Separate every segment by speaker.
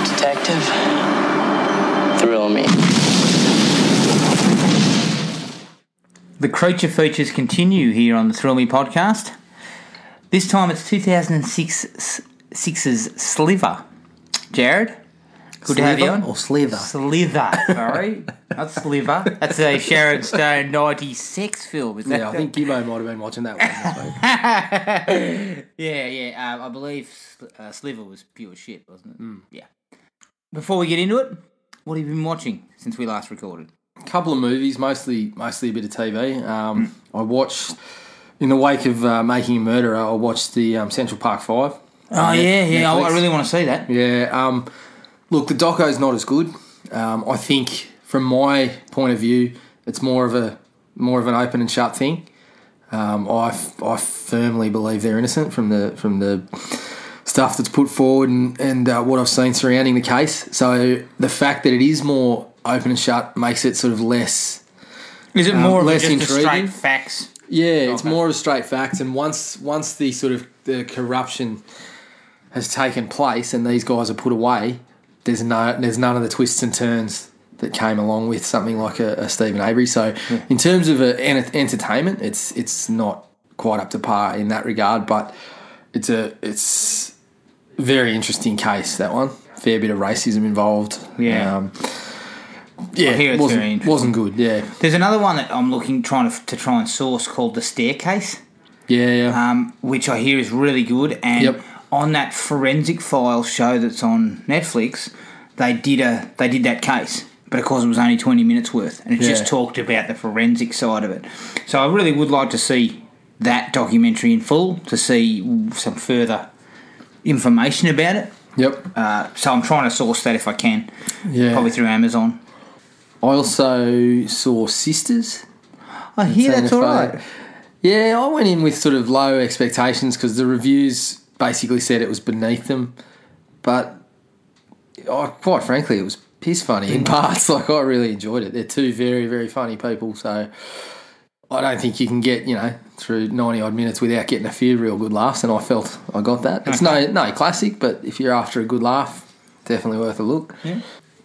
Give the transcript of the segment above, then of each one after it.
Speaker 1: perspective. Thrill me.
Speaker 2: The Croacher features continue here on the Thrill Me podcast. This time it's 2006's Sliver. Jared, good to have you
Speaker 3: Sliver
Speaker 2: on.
Speaker 3: Or sliver.
Speaker 2: Slither, sorry. Not Sliver. That's a Sharon Stone 96 film, isn't
Speaker 3: yeah, I
Speaker 2: it?
Speaker 3: think Gibbo might have been watching that one. this week.
Speaker 2: Yeah, yeah. Um, I believe Sl- uh, Sliver was pure shit, wasn't it?
Speaker 3: Hmm.
Speaker 2: Yeah. Before we get into it, what have you been watching since we last recorded?
Speaker 3: couple of movies, mostly mostly a bit of TV. Um, I watched in the wake of uh, Making a Murderer. I watched the um, Central Park Five.
Speaker 2: Oh, yeah, yeah. I, I
Speaker 3: Netflix.
Speaker 2: really want to see that.
Speaker 3: Yeah. Um, look, the doco's not as good. Um, I think, from my point of view, it's more of a more of an open and shut thing. Um, I, f- I firmly believe they're innocent from the from the stuff that's put forward and and uh, what I've seen surrounding the case. So the fact that it is more open and shut makes it sort of less
Speaker 2: Is it
Speaker 3: Um,
Speaker 2: more of
Speaker 3: less
Speaker 2: just the straight
Speaker 3: intriguing?
Speaker 2: facts?
Speaker 3: yeah, it's
Speaker 2: Okay.
Speaker 3: more of straight facts. And once once the sort of the corruption has taken place and these guys are put away, there's no there's none of the twists and turns that came along with something like a, a Stephen Avery. So in terms of a, en- entertainment, it's it's not quite up to par in that regard. But it's a it's very interesting case that one. Fair bit of racism involved.
Speaker 2: Yeah.
Speaker 3: um, yeah,
Speaker 2: hear it's very
Speaker 3: wasn't
Speaker 2: interesting.
Speaker 3: wasn't good. Yeah,
Speaker 2: There's another one that I'm looking trying to, to try and source called The Staircase,
Speaker 3: yeah, yeah.
Speaker 2: um, which I hear is really good. And
Speaker 3: Yep.
Speaker 2: on that forensic file show that's on Netflix, they did a they did that case, but of course it was only 20 minutes worth, and it just
Speaker 3: Yeah.
Speaker 2: talked about the forensic side of it. So I really would like to see that documentary in full to see some further information about it.
Speaker 3: yep.
Speaker 2: Uh, so I'm trying to source that if I can,
Speaker 3: Yeah.
Speaker 2: probably through Amazon.
Speaker 3: I also saw Sisters.
Speaker 2: I hear that's all right.
Speaker 3: Yeah, I went in with sort of low expectations because the reviews basically said it was beneath them, but I, quite frankly, it was piss funny in parts. Like I really enjoyed it. They're two very very funny people, so I don't think you can get you know through ninety odd minutes without getting a few real good laughs. And I felt I got that. It's no no classic, but if you're after a good laugh, definitely worth a look.
Speaker 2: Yeah.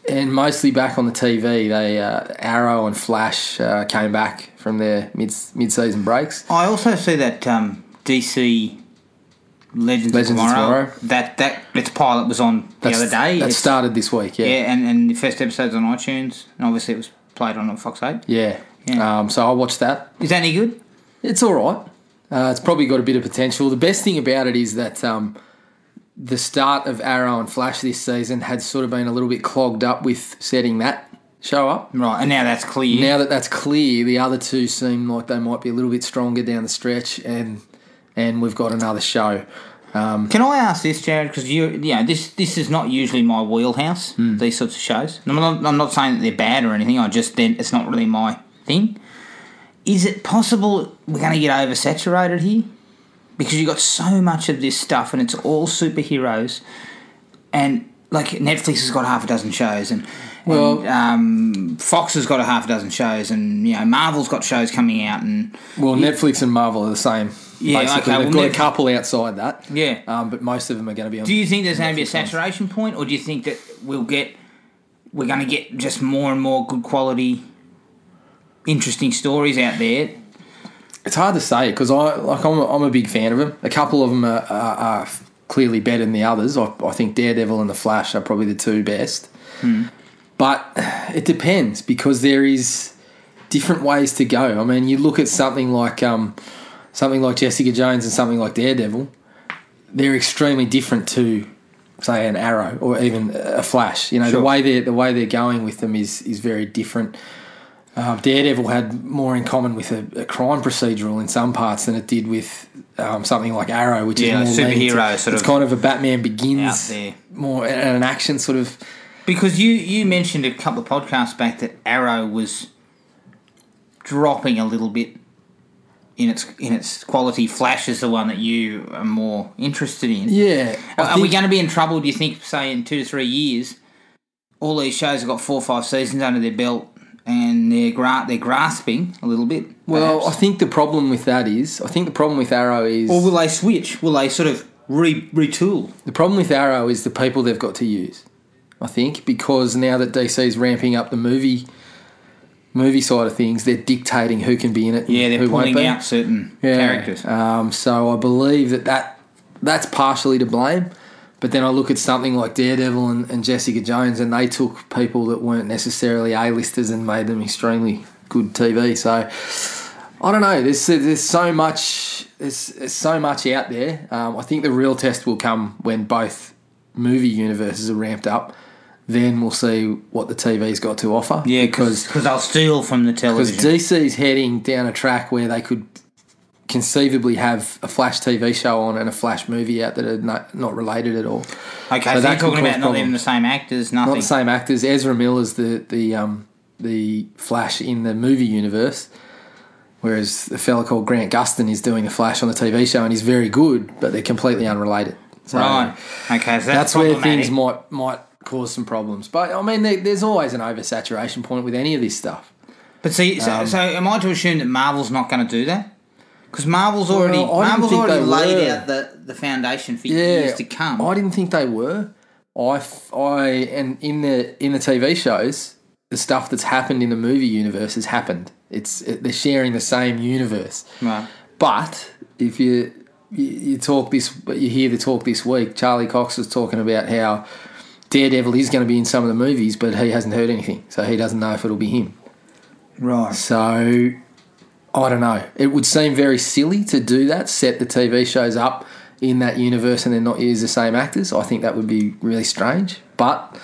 Speaker 3: And mostly back on the TV, they uh, Arrow and Flash uh, came back from their mid mid season breaks.
Speaker 2: I also see that um, DC Legends,
Speaker 3: Legends of
Speaker 2: of Tomorrow,
Speaker 3: Tomorrow.
Speaker 2: that that its pilot was on the other day.
Speaker 3: that
Speaker 2: It's-
Speaker 3: started this week. Yeah,
Speaker 2: yeah, and, and the first episode's on iTunes, and obviously it was played on Fox Eight.
Speaker 3: yeah.
Speaker 2: Yeah.
Speaker 3: Um, so I watched that.
Speaker 2: Is that any good?
Speaker 3: It's all right. Uh, it's probably got a bit of potential. The best thing about it is that um, the start of Arrow and Flash this season had sort of been a little bit clogged up with setting that show up.
Speaker 2: Right, and now that's clear.
Speaker 3: Now that that's clear, the other two seem like they might be a little bit stronger down the stretch, and and we've got another show.
Speaker 2: Can I ask this, Jared? Because you, you know, this this is not usually my wheelhouse. These sorts of shows. And I'm not, I'm not saying that they're bad or anything. I just then it's not really my thing. Is it possible we're going to get oversaturated here? Because you have got so much of this stuff, and it's all superheroes, and like Netflix has got half a dozen shows, and,
Speaker 3: Well-
Speaker 2: and um, Fox has got a half a dozen shows, and you know Marvel's got shows coming out, and
Speaker 3: Well, Netflix and Marvel are the same.
Speaker 2: Yeah,
Speaker 3: basically.
Speaker 2: okay,
Speaker 3: They've
Speaker 2: well,
Speaker 3: got
Speaker 2: Netflix-
Speaker 3: a couple outside that.
Speaker 2: Yeah.
Speaker 3: Um, but most of them are going to be on.
Speaker 2: Do you think there's going to be a
Speaker 3: Netflix ones.
Speaker 2: saturation point, or do you think that we'll get we're going to get just more and more good quality, interesting stories out there?
Speaker 3: It's hard to say because I like I'm a, I'm a big fan of them. A couple of them are, are, are clearly better than the others. I, I think Daredevil and the Flash are probably the two best. But it depends because there is different ways to go. I mean, you look at something like um, something like Jessica Jones and something like Daredevil. They're extremely different to say an Arrow or even a Flash. You know,
Speaker 2: Sure.
Speaker 3: the way they are the way they're going with them is is very different. Um, Daredevil had more in common with a, a crime procedural in some parts than it did with um, something like Arrow, which
Speaker 2: Yeah,
Speaker 3: is more leaning to-
Speaker 2: superhero sort
Speaker 3: it's
Speaker 2: of
Speaker 3: kind of a Batman
Speaker 2: out
Speaker 3: Begins
Speaker 2: there.
Speaker 3: more and an action sort of.
Speaker 2: Because you you mentioned a couple of podcasts back that Arrow was dropping a little bit in its in its quality. Flash is the one that you are more interested in.
Speaker 3: Yeah, I
Speaker 2: Are, are we
Speaker 3: think-
Speaker 2: going to be in trouble? Do you think, say, in two to three years, all these shows have got four or five seasons under their belt and they're gra- they're grasping a little bit?
Speaker 3: Well, I
Speaker 2: perhaps?
Speaker 3: think the problem with that is, I think the problem with Arrow is
Speaker 2: or will they switch? Will they sort of re- retool?
Speaker 3: the problem with Arrow is the people they've got to use. I think, because now that DC's ramping up the movie movie side of things, they're dictating who can be in it. and
Speaker 2: Yeah, they're
Speaker 3: who won't
Speaker 2: pulling
Speaker 3: be.
Speaker 2: out certain
Speaker 3: Yeah.
Speaker 2: characters.
Speaker 3: Um, so I believe that, that that's partially to blame. But then I look at something like Daredevil and, and Jessica Jones, and they took people that weren't necessarily A-listers and made them extremely good TV. So I don't know. There's there's so much there's, there's so much out there. Um, I think the real test will come when both movie universes are ramped up. Then we'll see what the TV's got to offer.
Speaker 2: yeah, because because I'll steal from the
Speaker 3: Because
Speaker 2: television.
Speaker 3: DC's heading down a track where they could conceivably have a Flash TV show on and a Flash movie out that are not, not related at all.
Speaker 2: okay,
Speaker 3: so
Speaker 2: so, you're
Speaker 3: that
Speaker 2: talking
Speaker 3: could cause
Speaker 2: about not even
Speaker 3: problems.
Speaker 2: the same actors, nothing.
Speaker 3: Not the same actors. Ezra Miller's the the um, the Flash in the movie universe, whereas the fella called Grant Gustin is doing the Flash on the TV show and he's very good, but they're completely unrelated. So
Speaker 2: Right. Okay, so that's,
Speaker 3: That's where things
Speaker 2: problematic.
Speaker 3: might might cause some problems. But I mean, there, there's always an oversaturation point with any of this stuff.
Speaker 2: But see, so,
Speaker 3: Um,
Speaker 2: so am I to assume that Marvel's not going to do that? Because Marvel's already
Speaker 3: I didn't
Speaker 2: Marvel's
Speaker 3: think
Speaker 2: already
Speaker 3: they
Speaker 2: laid
Speaker 3: were.
Speaker 2: out the, the foundation for
Speaker 3: yeah,
Speaker 2: years to come.
Speaker 3: I didn't think they were. I, f- I, and in the in the TV shows, the stuff that's happened in the movie universe has happened. It's it, they're sharing the same universe.
Speaker 2: Right.
Speaker 3: But if you, you you talk this, but you hear the talk this week, Charlie Cox was talking about how Daredevil is going to be in some of the movies, but he hasn't heard anything, so he doesn't know if it'll be him.
Speaker 2: right.
Speaker 3: So I don't know. It would seem very silly to do that, set the TV shows up in that universe and then not use the same actors. I think that would be really strange, but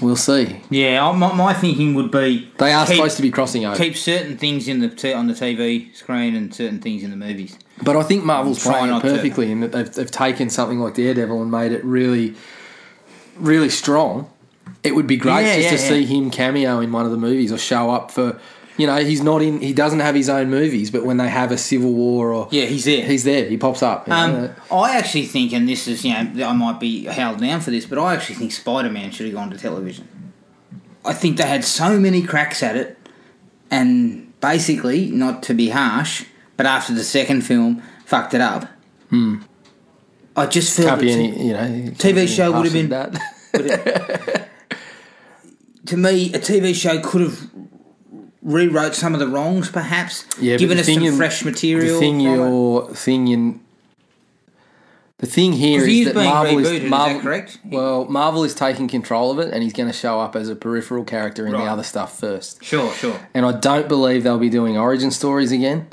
Speaker 3: we'll see.
Speaker 2: Yeah, I- my, my thinking would be
Speaker 3: They are
Speaker 2: keep-
Speaker 3: supposed to be crossing over.
Speaker 2: keep certain things in the t- on the TV screen and certain things in the movies.
Speaker 3: But I think Marvel's
Speaker 2: Try
Speaker 3: playing it
Speaker 2: not to.
Speaker 3: perfectly in that they've, they've taken something like Daredevil and made it really, really strong. It would be great
Speaker 2: Yeah,
Speaker 3: just
Speaker 2: yeah,
Speaker 3: to
Speaker 2: yeah.
Speaker 3: see him cameo in one of the movies or show up for, you know, he's not in, he doesn't have his own movies, but when they have a Civil War or.
Speaker 2: Yeah, he's there.
Speaker 3: He's there. He pops up. you know.
Speaker 2: Um, I actually think, and this is, you know, I might be held down for this, but I actually think Spider Man should have gone to television. I think they had so many cracks at it, and basically, not to be harsh, but after the second film, fucked it up. I just feel
Speaker 3: Hmm. can't be
Speaker 2: that
Speaker 3: any, you know. can't
Speaker 2: TV
Speaker 3: be any
Speaker 2: show would have
Speaker 3: past
Speaker 2: been-
Speaker 3: that.
Speaker 2: to me, a TV show could have rewrote some of the wrongs, perhaps,
Speaker 3: Yeah, but
Speaker 2: given
Speaker 3: the
Speaker 2: us
Speaker 3: thing
Speaker 2: some
Speaker 3: you-
Speaker 2: fresh material.
Speaker 3: The thing
Speaker 2: from it.
Speaker 3: you're thing in. The thing here
Speaker 2: 'Cause he
Speaker 3: is
Speaker 2: is
Speaker 3: that
Speaker 2: being
Speaker 3: Marvel
Speaker 2: rebooted, is
Speaker 3: is
Speaker 2: that
Speaker 3: Marvel.
Speaker 2: correct?
Speaker 3: Well, Marvel is taking control of it, and he's going to show up as a peripheral character in
Speaker 2: Right.
Speaker 3: the other stuff first.
Speaker 2: Sure, sure.
Speaker 3: And I don't believe they'll be doing origin stories again.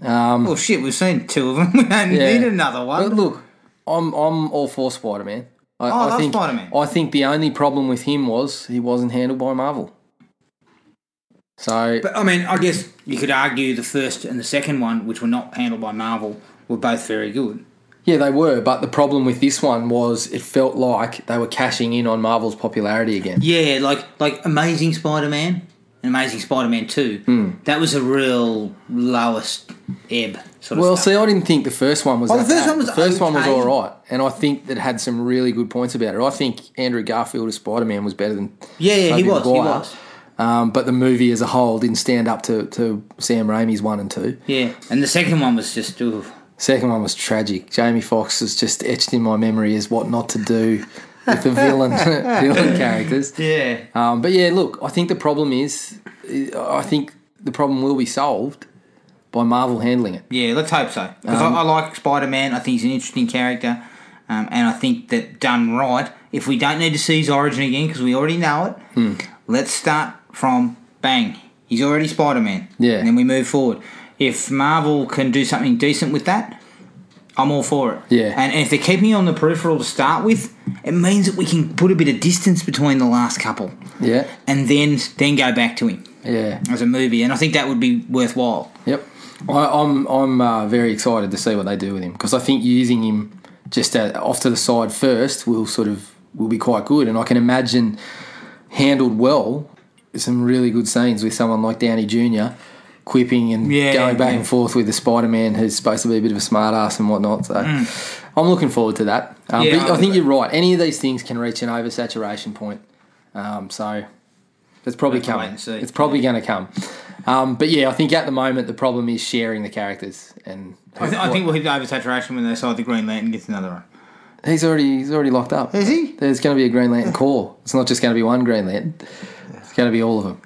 Speaker 2: Well, shit, we've seen two of them. We don't
Speaker 3: Um, Yeah.
Speaker 2: need another one.
Speaker 3: But look, I'm I'm all for Spider Man. I,
Speaker 2: Oh, I love
Speaker 3: think
Speaker 2: Spider-Man.
Speaker 3: I think the only problem with him was he wasn't handled by Marvel. So
Speaker 2: But I mean, I guess you could argue the first and the second one, which were not handled by Marvel, were both very good.
Speaker 3: Yeah, they were, but the problem with this one was it felt like they were cashing in on Marvel's popularity again.
Speaker 2: Yeah, like like Amazing Spider-Man and Amazing Spider-Man Two.
Speaker 3: Hmm.
Speaker 2: That was a real lowest ebb sort of.
Speaker 3: Well,
Speaker 2: stuff.
Speaker 3: see, I didn't think the first one was.
Speaker 2: Oh, the
Speaker 3: that
Speaker 2: first
Speaker 3: bad.
Speaker 2: one was
Speaker 3: the first one was
Speaker 2: okay.
Speaker 3: all right, and I think that had some really good points about it. I think Andrew Garfield as Spider Man was better than
Speaker 2: yeah, yeah, he
Speaker 3: Tobey
Speaker 2: was, he
Speaker 3: Maguire.
Speaker 2: was.
Speaker 3: Um, but the movie as a whole didn't stand up to, to Sam Raimi's one and two.
Speaker 2: Yeah, and the second one was just ooh,
Speaker 3: Second one was tragic. Jamie Foxx is just etched in my memory as what not to do with the villain villain characters.
Speaker 2: yeah.
Speaker 3: Um, but yeah, look, I think the problem is, I think the problem will be solved by Marvel handling it.
Speaker 2: Yeah, let's hope so. Because
Speaker 3: Um,
Speaker 2: I, I like Spider Man. I think he's an interesting character, um, and I think that done right, if we don't need to see his origin again because we already know it,
Speaker 3: Hmm.
Speaker 2: let's start from bang. He's already Spider Man.
Speaker 3: Yeah.
Speaker 2: and then we move forward. If Marvel can do something decent with that, I'm all for it.
Speaker 3: Yeah.
Speaker 2: and, and if they're keeping it on the peripheral to start with, it means that we can put a bit of distance between the last couple,
Speaker 3: Yeah,
Speaker 2: and then then go back to him
Speaker 3: yeah,
Speaker 2: as a movie. And I think that would be worthwhile.
Speaker 3: yep. I, I'm I'm uh, very excited to see what they do with him because I think using him just uh off to the side first will sort of will be quite good, and I can imagine handled well some really good scenes with someone like Downey Jr. quipping and
Speaker 2: Yeah,
Speaker 3: going back
Speaker 2: yeah.
Speaker 3: and forth with the Spider-Man who's supposed to be a bit of a smart ass and whatnot. So I'm looking forward to that. Um,
Speaker 2: Mm. Yeah,
Speaker 3: but
Speaker 2: I
Speaker 3: I think
Speaker 2: agree.
Speaker 3: you're right. Any of these things can reach an oversaturation point. Um, so that's probably
Speaker 2: We'll have to wait
Speaker 3: coming.
Speaker 2: and see.
Speaker 3: It's probably going to come. Um, but yeah, I think at the moment the problem is sharing the characters and
Speaker 2: I, th- I think we'll hit oversaturation when they decide the Green Lantern gets another one.
Speaker 3: He's already he's already locked up.
Speaker 2: Is he?
Speaker 3: There's going to be a Green Lantern core. It's not just going to be one Green Lantern. It's going to be all of them.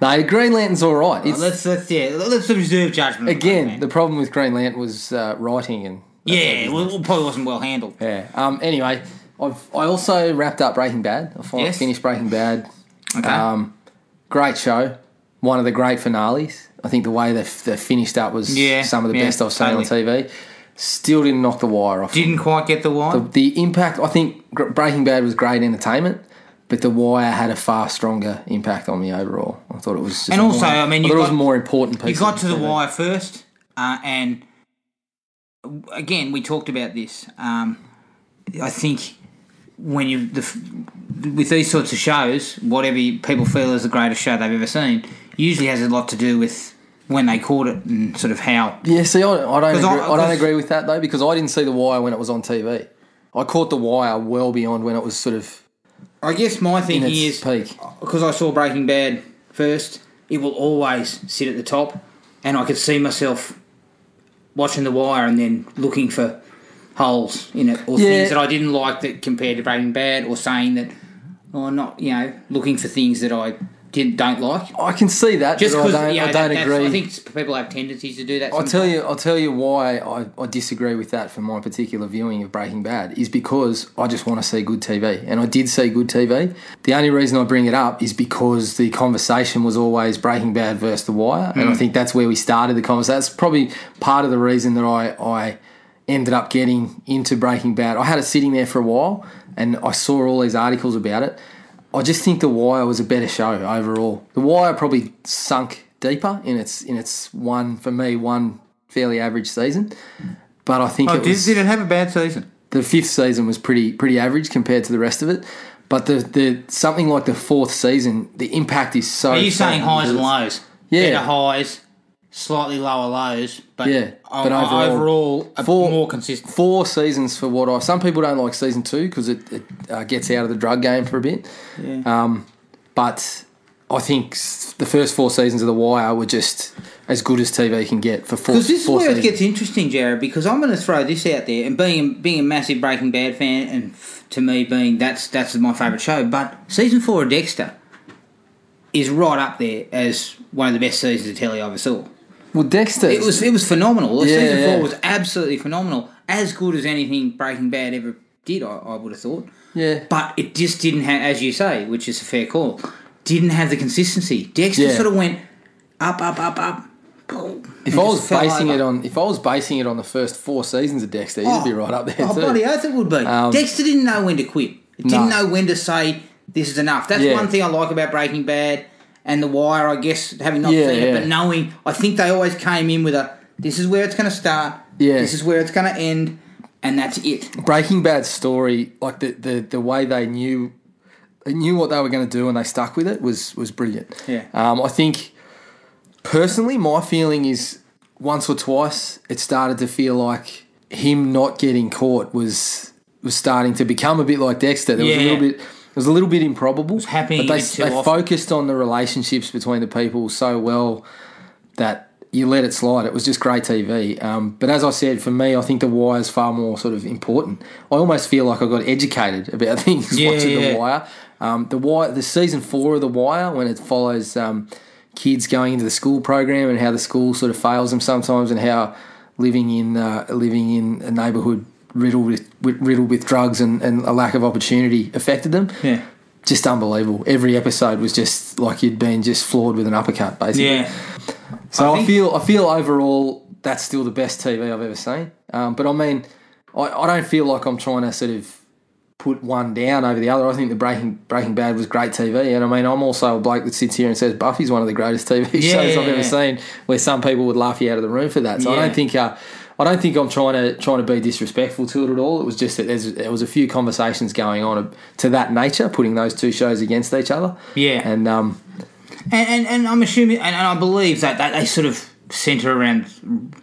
Speaker 3: No, Green Lantern's all right. It's,
Speaker 2: Let's let's yeah, let's reserve judgment. on
Speaker 3: again,
Speaker 2: that, man.
Speaker 3: the problem with Green Lantern was uh, writing and
Speaker 2: yeah, well, it probably wasn't well handled.
Speaker 3: yeah. Um. Anyway, I've I also wrapped up Breaking Bad. I finally
Speaker 2: Yes.
Speaker 3: finished Breaking Bad.
Speaker 2: Okay,
Speaker 3: Um, great show. One of the great finales. I think the way they, they finished up was
Speaker 2: Yeah,
Speaker 3: some of the
Speaker 2: yeah,
Speaker 3: best I've seen on TV. Still didn't knock the wire off.
Speaker 2: didn't quite get the wire.
Speaker 3: the impact, I think Gr- Breaking Bad was great entertainment, but The Wire had a far stronger impact on me overall. I thought it was just
Speaker 2: And
Speaker 3: a
Speaker 2: also,
Speaker 3: more-
Speaker 2: I mean,
Speaker 3: I
Speaker 2: you
Speaker 3: thought it was
Speaker 2: got-
Speaker 3: a more important piece.
Speaker 2: you got
Speaker 3: of
Speaker 2: to the
Speaker 3: TV.
Speaker 2: wire first, uh, and again, we talked about this. Um, I think when you the, f- with these sorts of shows, whatever you, people feel is the greatest show they've ever seen, usually has a lot to do with when they caught it and sort of how.
Speaker 3: Yeah, see, I, I don't,
Speaker 2: 'Cause
Speaker 3: agree,
Speaker 2: I-
Speaker 3: I, don't
Speaker 2: 'cause-
Speaker 3: agree with that though because I didn't see The Wire when it was on TV. I caught The Wire well beyond when it was sort of
Speaker 2: I guess my
Speaker 3: in
Speaker 2: thing
Speaker 3: its
Speaker 2: is
Speaker 3: peak.
Speaker 2: because I saw Breaking Bad first, it will always sit at the top, and I could see myself watching The Wire and then looking for holes in it or
Speaker 3: Yeah.
Speaker 2: things that I didn't like that compared to Breaking Bad, or saying that, or not, you know, looking for things that I didn't don't like.
Speaker 3: I can see that,
Speaker 2: Just
Speaker 3: but I
Speaker 2: because
Speaker 3: don't,
Speaker 2: you know,
Speaker 3: I
Speaker 2: that-
Speaker 3: don't
Speaker 2: that's-
Speaker 3: agree.
Speaker 2: I think people have tendencies to do that.
Speaker 3: I'll tell you. I'll tell you why I, I disagree with that for my particular viewing of Breaking Bad is because I just want to see good TV, and I did see good TV. The only reason I bring it up is because the conversation was always Breaking Bad versus The Wire, and I think that's where we started the conversation. That's probably part of the reason that I I ended up getting into Breaking Bad. I had it sitting there for a while, and I saw all these articles about it. I just think The Wire was a better show overall. The Wire probably sunk deeper in its in its one for me one fairly average season, but I think it was,
Speaker 2: Oh, it have a bad season?
Speaker 3: the fifth season was pretty pretty average compared to the rest of it. But the, the something like the fourth season, the impact is so.
Speaker 2: Are you saying highs and lows?
Speaker 3: Yeah.
Speaker 2: Better highs, slightly lower lows, but
Speaker 3: Yeah,
Speaker 2: o-
Speaker 3: but
Speaker 2: o-
Speaker 3: overall-
Speaker 2: overall, a
Speaker 3: For-
Speaker 2: more consistent.
Speaker 3: Four seasons for what I. Some people don't like season two because it, it uh, gets out of the drug game for a bit. Um, but I think s- the first four seasons of The Wire were just as good as TV can get for four.
Speaker 2: Because this is
Speaker 3: four
Speaker 2: where it
Speaker 3: seasons.
Speaker 2: gets interesting, Jared. Because I'm going to throw this out there, and being being a massive Breaking Bad fan, and f- to me being that's that's my favourite show. But season four of Dexter is right up there as one of the best seasons of telly I ever saw.
Speaker 3: Well, Dexter.
Speaker 2: It was it was phenomenal.
Speaker 3: Yeah,
Speaker 2: season
Speaker 3: yeah.
Speaker 2: four was absolutely phenomenal, as good as anything Breaking Bad ever did. I, I would have thought.
Speaker 3: Yeah.
Speaker 2: But it just didn't have, as you say, which is a fair call, didn't have the consistency. Dexter
Speaker 3: Yeah.
Speaker 2: sort of went up, up, up, up. boom, and
Speaker 3: If
Speaker 2: just
Speaker 3: I was
Speaker 2: fell
Speaker 3: basing
Speaker 2: over.
Speaker 3: it on, if I was basing it on the first four seasons of Dexter, it'd be right up there
Speaker 2: Oh,
Speaker 3: too.
Speaker 2: bloody oath it would be.
Speaker 3: Um,
Speaker 2: Dexter didn't know when to quit. It didn't
Speaker 3: No.
Speaker 2: know when to say this is enough. That's
Speaker 3: Yeah.
Speaker 2: one thing I like about Breaking Bad and The Wire. I guess having not
Speaker 3: Yeah,
Speaker 2: seen it,
Speaker 3: yeah.
Speaker 2: but knowing, I think they always came in with a this is where it's going to start.
Speaker 3: Yeah.
Speaker 2: This is where it's going to end, and that's it.
Speaker 3: Breaking Bad's story, like the the, the way they knew they knew what they were going to do and they stuck with it was was brilliant.
Speaker 2: Yeah.
Speaker 3: Um, I think personally, my feeling is once or twice it started to feel like him not getting caught was was starting to become a bit like Dexter. There was a
Speaker 2: Yeah.
Speaker 3: little bit. It was a little bit improbable.
Speaker 2: happening
Speaker 3: but
Speaker 2: a
Speaker 3: they,
Speaker 2: bit too
Speaker 3: they
Speaker 2: often.
Speaker 3: focused on the relationships between the people so well that you let it slide. It was just great TV. Um, but as I said, for me, I think The Wire is far more sort of important. I almost feel like I got educated about things
Speaker 2: Yeah,
Speaker 3: watching
Speaker 2: yeah.
Speaker 3: The Wire. Um, the Wire, the season four of The Wire, when it follows um, kids going into the school program and how the school sort of fails them sometimes, and how living in uh, living in a neighbourhood riddled with, with riddled with drugs and, and a lack of opportunity affected them.
Speaker 2: Yeah.
Speaker 3: Just unbelievable. Every episode was just like you'd been just floored with an uppercut, basically. So I,
Speaker 2: think-
Speaker 3: feel I feel overall that's still the best TV I've ever seen. Um, but I mean, I, I don't feel like I'm trying to sort of put one down over the other. I think the Breaking Breaking Bad was great TV, and I mean I'm also a bloke that sits here and says Buffy's one of the greatest TV shows I've
Speaker 2: yeah,
Speaker 3: ever
Speaker 2: yeah.
Speaker 3: seen. Where some people would laugh you out of the room for that. So I
Speaker 2: Yeah.
Speaker 3: don't think uh, I don't think I'm trying to trying to be disrespectful to it at all. It was just that there's, there was a few conversations going on to that nature, putting those two shows against each other.
Speaker 2: Yeah.
Speaker 3: and um,
Speaker 2: And, and, and I'm assuming, and, and I believe that, that they sort of centre around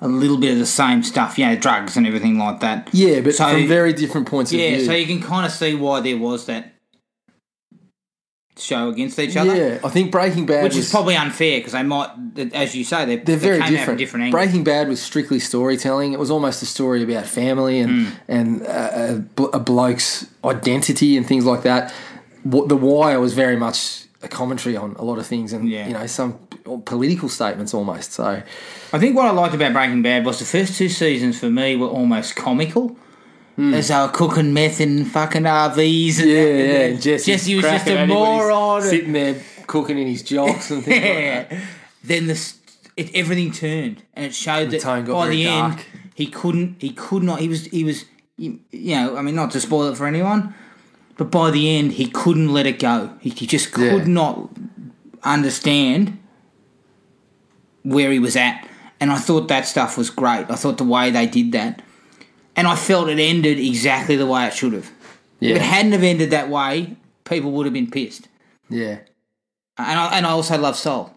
Speaker 2: a little bit of the same stuff, you know, drugs and everything like that.
Speaker 3: yeah, but
Speaker 2: So-
Speaker 3: from very different points of
Speaker 2: Yeah,
Speaker 3: view.
Speaker 2: so you can kind of see why there was that show against each other.
Speaker 3: Yeah, I think Breaking Bad,
Speaker 2: Which
Speaker 3: was,
Speaker 2: is probably unfair because they might, th- as you say, they, they
Speaker 3: they're very
Speaker 2: came out from
Speaker 3: different.
Speaker 2: different angles.
Speaker 3: Breaking Bad was strictly storytelling. It was almost a story about family and
Speaker 2: Hmm.
Speaker 3: and uh, a, bl- a bloke's identity and things like that. Wh- The Wire was very much a commentary on a lot of things and
Speaker 2: Yeah.
Speaker 3: you know some p- political statements almost. So
Speaker 2: I think what I liked about Breaking Bad was the first two seasons for me were almost comical. As they were cooking meth in fucking RVs. And that,
Speaker 3: Hmm. yeah, yeah.
Speaker 2: and
Speaker 3: and Jesse,
Speaker 2: Jesse was just
Speaker 3: cracking
Speaker 2: a
Speaker 3: at him when he's
Speaker 2: moron.
Speaker 3: sitting there cooking in his jocks and things. like that.
Speaker 2: Yeah. Then the s- it, everything turned, and it showed that
Speaker 3: tone got
Speaker 2: by
Speaker 3: very
Speaker 2: the
Speaker 3: dark.
Speaker 2: end he couldn't. He could not. He was. He was. You you know. I mean, not to spoil it for anyone, but by the end he couldn't let it go. He, he just could
Speaker 3: Yeah.
Speaker 2: not understand where he was at, and I thought that stuff was great. I thought the way they did that, and I felt it ended exactly the way it should have. If it
Speaker 3: Yeah,
Speaker 2: hadn't have ended that way, people would have been pissed.
Speaker 3: yeah.
Speaker 2: And I, and I also love Soul.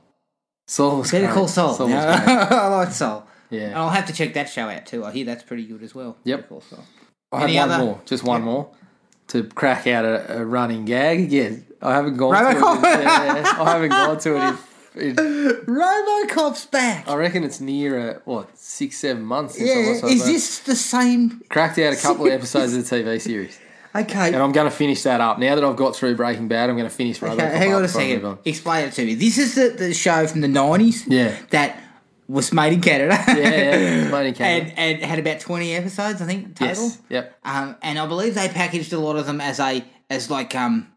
Speaker 3: Saul was
Speaker 2: Better
Speaker 3: great.
Speaker 2: Call Saul.
Speaker 3: Saul was
Speaker 2: Yeah.
Speaker 3: great.
Speaker 2: I like Soul.
Speaker 3: Yeah.
Speaker 2: And I'll have to check that show out too. I hear that's pretty good as well.
Speaker 3: Yep.
Speaker 2: Better Call Saul.
Speaker 3: I have
Speaker 2: Any
Speaker 3: one
Speaker 2: other-
Speaker 3: more, just one more, to crack out a, a running gag again. I haven't gone.
Speaker 2: Robocop.
Speaker 3: To it in, yeah, I haven't gone to it. In, in-
Speaker 2: RoboCop's back.
Speaker 3: I reckon it's near uh, what six, seven months. Since
Speaker 2: yeah.
Speaker 3: I last
Speaker 2: Is
Speaker 3: saw that.
Speaker 2: this the same?
Speaker 3: cracked out a couple of episodes of the TV series?
Speaker 2: Okay.
Speaker 3: And I'm going to finish that up now that I've got through Breaking Bad. I'm going to finish. Robocop
Speaker 2: okay hang
Speaker 3: up
Speaker 2: on a
Speaker 3: before I move
Speaker 2: second.
Speaker 3: on.
Speaker 2: Explain it to me. This is the, the show from the nineties.
Speaker 3: Yeah.
Speaker 2: That was made in Canada.
Speaker 3: Yeah, yeah, it's made in Canada.
Speaker 2: And and had about twenty episodes, I think total.
Speaker 3: Yes. Yep.
Speaker 2: Um, and I believe they packaged a lot of them as a as like um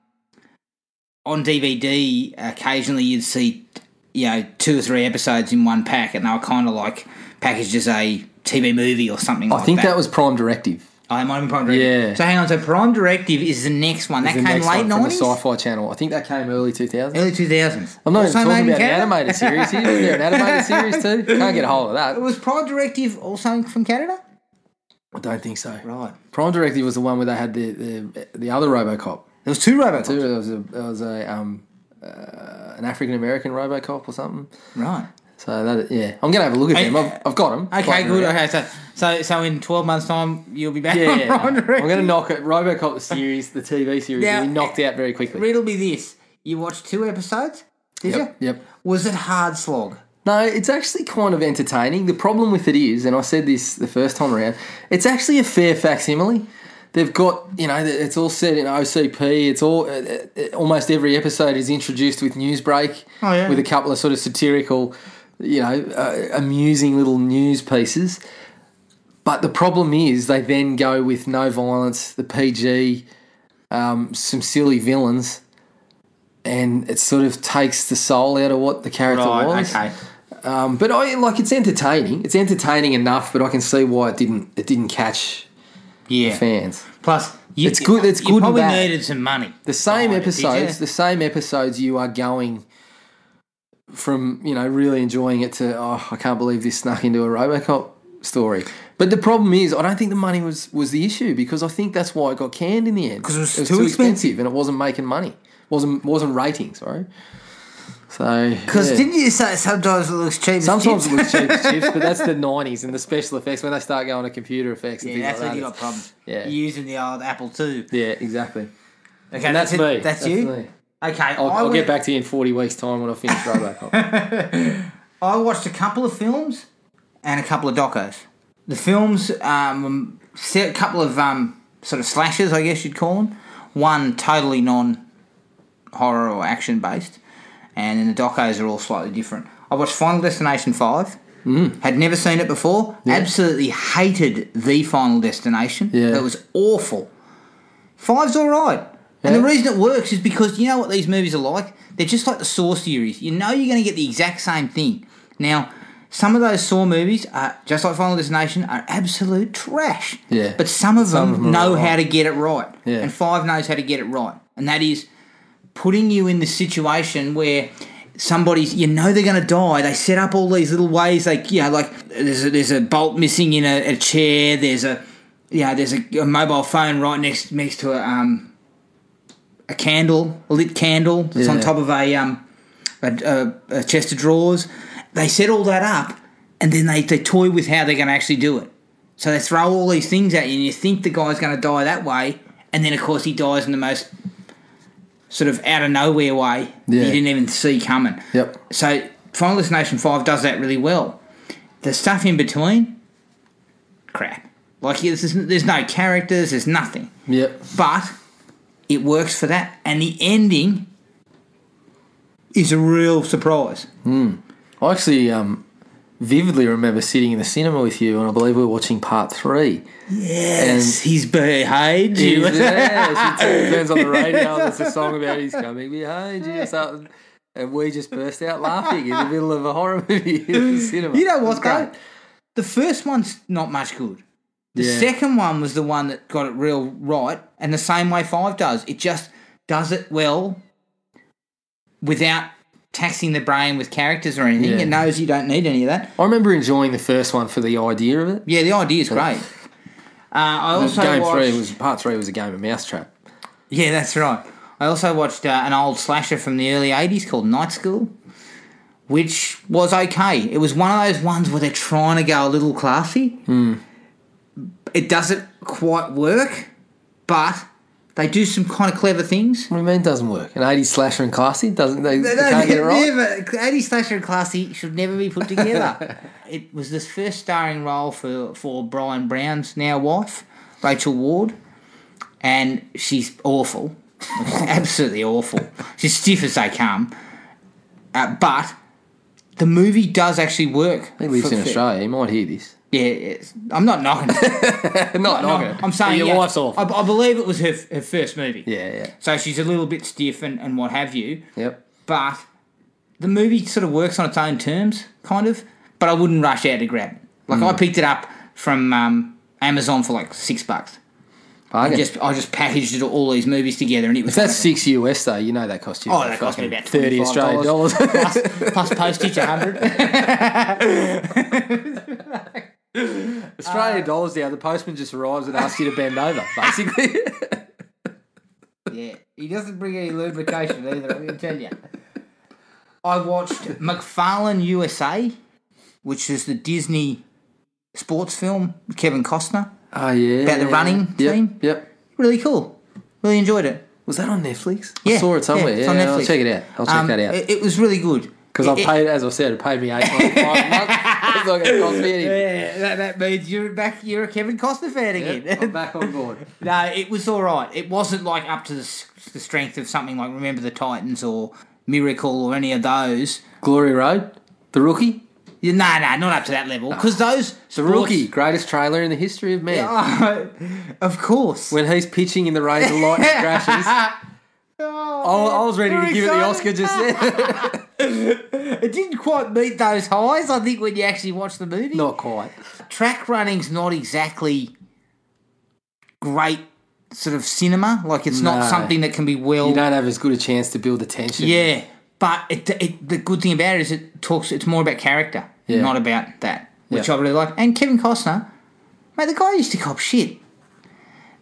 Speaker 2: on DVD. Occasionally, you'd see you know two or three episodes in one pack, and they were kind of like packaged as a TV movie or something.
Speaker 3: I
Speaker 2: like
Speaker 3: think
Speaker 2: Oh, that.
Speaker 3: that was Prime Directive.
Speaker 2: Oh, that might have been Prime Directive.
Speaker 3: Yeah.
Speaker 2: So hang on. So Prime Directive is the next one that
Speaker 3: The
Speaker 2: came
Speaker 3: next
Speaker 2: late
Speaker 3: one from the
Speaker 2: nineties,
Speaker 3: Sci-Fi Channel. I think that came early 2000s.
Speaker 2: early two thousands.
Speaker 3: I'm not even talking about an animated series here. Is there an animated series too? Can't get a hold of that.
Speaker 2: Was Prime Directive also from Canada?
Speaker 3: I don't think so.
Speaker 2: Right.
Speaker 3: Prime Directive was the one where they had the the, the other RoboCop.
Speaker 2: There was two robots.
Speaker 3: There was a, there was a um, uh, an African American RoboCop or something.
Speaker 2: Right.
Speaker 3: So that yeah, I'm gonna have a look at
Speaker 2: Hey,
Speaker 3: them. I've, I've got them.
Speaker 2: Okay, good. Okay, so so so in twelve months' time, you'll be back
Speaker 3: Yeah,
Speaker 2: on
Speaker 3: yeah.
Speaker 2: Prime Directive.
Speaker 3: I'm gonna knock it. RoboCop the series, the TV series,
Speaker 2: Now-
Speaker 3: we knocked out very quickly.
Speaker 2: Riddle me this: You watched two episodes, did
Speaker 3: Yep,
Speaker 2: you?
Speaker 3: yep.
Speaker 2: Was it hard slog?
Speaker 3: No, it's actually kind of entertaining. The problem with it is, and I said this the first time around, it's actually a fair facsimile. They've got, you know, it's all set in OCP. It's all, uh, uh, almost every episode is introduced with newsbreak,
Speaker 2: Oh, yeah.
Speaker 3: with a couple of sort of satirical, you know, uh, amusing little news pieces. But the problem is, they then go with no violence, the PG, um, some silly villains, and it sort of takes the soul out of what the character was. Um, but I like it's entertaining. It's entertaining enough, but I can see why it didn't it didn't catch
Speaker 2: Yeah.
Speaker 3: fans.
Speaker 2: Plus, you,
Speaker 3: It's good- it's
Speaker 2: you
Speaker 3: good and
Speaker 2: probably
Speaker 3: bad.
Speaker 2: needed some money.
Speaker 3: The same
Speaker 2: behind it, Oh, did you?
Speaker 3: episodes, the same episodes you are going from, you know, really enjoying it to oh, I can't believe this snuck into a RoboCop story. But the problem is, I don't think the money was was the issue because I think that's why it got canned in the end.
Speaker 2: 'Cause it was too expensive.
Speaker 3: and it wasn't making money. wasn't wasn't rating, sorry. So
Speaker 2: Because
Speaker 3: yeah.
Speaker 2: didn't you say sometimes it looks cheap? as
Speaker 3: Sometimes
Speaker 2: chips?
Speaker 3: it looks cheap as chips, but that's the nineties and the special effects when they start going to computer effects. And
Speaker 2: yeah, that's
Speaker 3: things like
Speaker 2: when you
Speaker 3: that.
Speaker 2: got problems.
Speaker 3: Yeah.
Speaker 2: You're using the old Apple II.
Speaker 3: Yeah, exactly.
Speaker 2: Okay,
Speaker 3: And that's,
Speaker 2: it.
Speaker 3: me.
Speaker 2: That's, you.
Speaker 3: me.
Speaker 2: Okay,
Speaker 3: I'll,
Speaker 2: I
Speaker 3: I'll
Speaker 2: went-
Speaker 3: get back to you in forty weeks' time when I finish RoboCop.
Speaker 2: I watched a couple of films and a couple of docos. The films, um, se- a couple of um, sort of slashes, I guess you'd call them. One totally non horror or action based, and then the docos are all slightly different. I watched Final Destination 5. Mm. Had never seen it before. Absolutely hated the Final Destination.
Speaker 3: Yeah.
Speaker 2: That was awful. Five's all right. And the
Speaker 3: Yeah.
Speaker 2: reason it works is because you know what these movies are like? They're just like the Saw series. You know you're going to get the exact same thing. Now, some of those Saw movies, are, just like Final Destination, are absolute trash.
Speaker 3: Yeah.
Speaker 2: But some of them
Speaker 3: Some of them are
Speaker 2: know
Speaker 3: right.
Speaker 2: how to get it right.
Speaker 3: Yeah.
Speaker 2: And Five knows how to get it right. And that is putting you in the situation where somebody's you know they're going to die they set up all these little ways like you know like there's a, there's a bolt missing in a, a chair there's a you know there's a, a mobile phone right next next to a um a candle a lit candle that's on
Speaker 3: Yeah.
Speaker 2: top of a um a, a, a chest of drawers they set all that up and then they, they toy with how they're going to actually do it so they throw all these things at you and you think the guy's going to die that way and then of course he dies in the most sort of out of nowhere way that
Speaker 3: Yeah.
Speaker 2: you didn't even see coming.
Speaker 3: Yep.
Speaker 2: So Final Destination Five does that really well. The stuff in between, crap. Like there's, there's no characters, there's nothing,
Speaker 3: Yep.
Speaker 2: but it works for that, and the ending is a real surprise.
Speaker 3: I actually um, vividly remember sitting in the cinema with you, and I believe we were watching part three.
Speaker 2: Yes, he's behind you.
Speaker 3: yes, it turns on the radio. There's a song about he's coming behind you. or something. and we just burst out laughing in the middle of a horror movie in the cinema.
Speaker 2: You know
Speaker 3: It was
Speaker 2: what though?
Speaker 3: great.
Speaker 2: The first one's not much good. The
Speaker 3: Yeah.
Speaker 2: second one was the one that got it real right, and the same way five does. It just does it well without taxing the brain with characters or anything.
Speaker 3: Yeah.
Speaker 2: It knows you don't need any of that.
Speaker 3: I remember enjoying the first one for the idea of it.
Speaker 2: Yeah, the idea's great. Uh, I also
Speaker 3: game
Speaker 2: watched,
Speaker 3: three was part three was a game of mousetrap.
Speaker 2: Yeah, that's right. I also watched uh, an old slasher from the early 80s called Night School, which was okay. It was one of those ones where they're trying to go a little classy. It doesn't quite work, but they do some kind of clever things.
Speaker 3: What do you mean doesn't work? An 80s slasher and classy doesn't they, they can't get it right?
Speaker 2: Never, 80s slasher and classy should never be put together. it was this first starring role for, for Brian Brown's now wife, Rachel Ward, and she's awful. Absolutely awful. She's stiff as they come. Uh, but the movie does actually work.
Speaker 3: He lives
Speaker 2: for-
Speaker 3: in
Speaker 2: for-
Speaker 3: Australia. He might hear this.
Speaker 2: Yeah, it's, I'm not knocking it.
Speaker 3: Not knocking
Speaker 2: No,
Speaker 3: it.
Speaker 2: I'm saying
Speaker 3: your
Speaker 2: yeah,
Speaker 3: wife's awful.
Speaker 2: I, I believe it was her, her first movie.
Speaker 3: yeah, yeah.
Speaker 2: So she's a little bit stiff and, and what have you
Speaker 3: Yep.
Speaker 2: but the movie sort of works on its own terms, kind of. But I wouldn't rush out to grab it. Like
Speaker 3: Hmm.
Speaker 2: I picked it up from um, Amazon for like six bucks. I
Speaker 3: Bargain.
Speaker 2: just I just packaged it all these movies together, and it was
Speaker 3: If that's six US though, you know that cost you.
Speaker 2: oh that cost me
Speaker 3: fucking
Speaker 2: about
Speaker 3: thirty Australian dollars.
Speaker 2: plus, plus postage a hundred.
Speaker 3: Australian dollars now. The postman just arrives and asks you to bend over, basically.
Speaker 2: yeah, he doesn't bring any lubrication either. I'm gonna tell you. I watched McFarlane USA, which is the Disney sports film with Kevin Costner.
Speaker 3: oh yeah.
Speaker 2: About the running
Speaker 3: yep.
Speaker 2: team?
Speaker 3: Yep.
Speaker 2: Really cool. Really enjoyed it.
Speaker 3: Was that on Netflix? I
Speaker 2: Yeah,
Speaker 3: saw it somewhere.
Speaker 2: yeah,
Speaker 3: Yeah,
Speaker 2: it's on
Speaker 3: I'll
Speaker 2: Netflix.
Speaker 3: check it out. I'll check
Speaker 2: Um,
Speaker 3: that out.
Speaker 2: It, it was really good.
Speaker 3: Because
Speaker 2: It-
Speaker 3: I paid, as I said, it paid me eight dollars a month. It's not going to cost me
Speaker 2: it-
Speaker 3: anything.
Speaker 2: Yeah, that, that means you're back. You're a Kevin Costner fan again.
Speaker 3: I'm back on board.
Speaker 2: no, it was all right. It wasn't like up to the, s- the strength of something like Remember the Titans or Miracle or any of those.
Speaker 3: Glory Road, the rookie,
Speaker 2: Yeah, No, no, not up to that level. Because those Oh,
Speaker 3: the rookie, greatest trailer in the history of man.
Speaker 2: of course.
Speaker 3: When he's pitching in the rain, the lightning crashes. I, I was ready to
Speaker 2: You're
Speaker 3: give it the Oscar
Speaker 2: Oh, excited?
Speaker 3: just then.
Speaker 2: It didn't quite meet those highs. I think when you actually watch the movie,
Speaker 3: not quite.
Speaker 2: track running's not exactly great sort of cinema. Like it's
Speaker 3: No.
Speaker 2: not something that can be well.
Speaker 3: You don't have as good a chance to build attention.
Speaker 2: yeah, but it, it, the good thing about it is it talks. It's more about character,
Speaker 3: Yeah.
Speaker 2: not about that, which
Speaker 3: Yeah.
Speaker 2: I really like. And Kevin Costner, mate, the guy used to cop shit.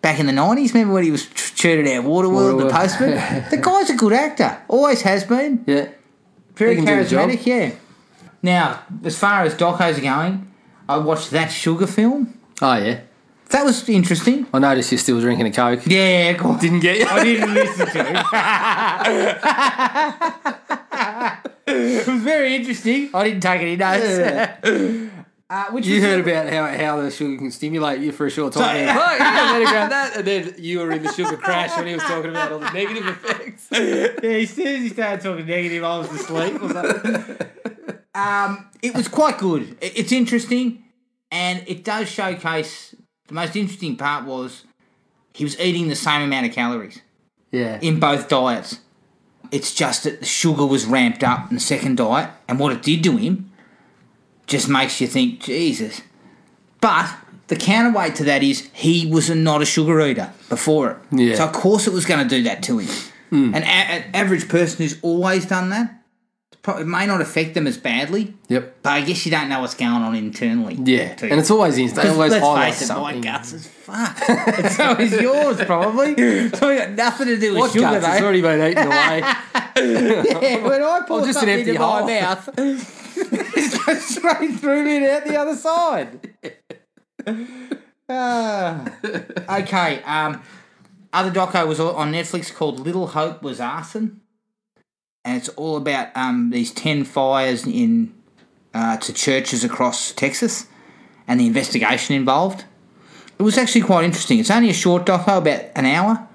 Speaker 2: Back in the nineties, remember when he was ch- churted out Waterworld, the
Speaker 3: Waterworld.
Speaker 2: postman? the guy's a good actor, always has been.
Speaker 3: Yeah.
Speaker 2: Very
Speaker 3: He can do the job.
Speaker 2: charismatic, yeah. Now, as far as docos are going, I watched that Sugar film.
Speaker 3: Oh yeah.
Speaker 2: That was interesting.
Speaker 3: I noticed you're still drinking a coke.
Speaker 2: Yeah, of course.
Speaker 3: Didn't get you.
Speaker 2: I didn't listen to it. it was very interesting. I didn't take any notes.
Speaker 3: Yeah.
Speaker 2: Uh, which
Speaker 3: You
Speaker 2: was-
Speaker 3: heard about how, how the sugar can stimulate you for a short
Speaker 2: So-
Speaker 3: time. You're like, "Fuck, yeah, better grab that. And then you were in the sugar crash when he was talking about all the negative effects.
Speaker 2: Yeah, as soon as he started talking negative, I was asleep. Or something. um, it was quite good. It- It's interesting, and it does showcase. The most interesting part was he was eating the same amount of calories.
Speaker 3: Yeah.
Speaker 2: in both diets. It's just that the sugar was ramped up in the second diet, and what it did to him just makes you think, Jesus. But the counterweight to that is he was not a sugar eater before it.
Speaker 3: Yeah. Mm.
Speaker 2: So, of course, it was going to do that to him. An, a- an average person who's always done that, it's pro- it may not affect them as badly,
Speaker 3: Yep.
Speaker 2: but I guess you don't know what's going on internally.
Speaker 3: Yeah.
Speaker 2: to you.
Speaker 3: And it's always in. They
Speaker 2: Because
Speaker 3: always
Speaker 2: let's
Speaker 3: highlight
Speaker 2: face it, my
Speaker 3: something.
Speaker 2: guts is fucked. And so is yours, probably. So we got nothing to do with
Speaker 3: What
Speaker 2: sugar, eh?
Speaker 3: guts? It's
Speaker 2: though.
Speaker 3: already been eaten away.
Speaker 2: Yeah, when I pour
Speaker 3: Oh, just an
Speaker 2: something
Speaker 3: empty
Speaker 2: into my
Speaker 3: hole.
Speaker 2: mouth, it goes straight through me and out the other side. Ah. okay, um, other doco was on Netflix called Little Hope Was Arson, and it's all about um, these ten fires in uh, to churches across Texas, and the investigation involved. It was actually quite interesting. It's only a short doco, about an hour.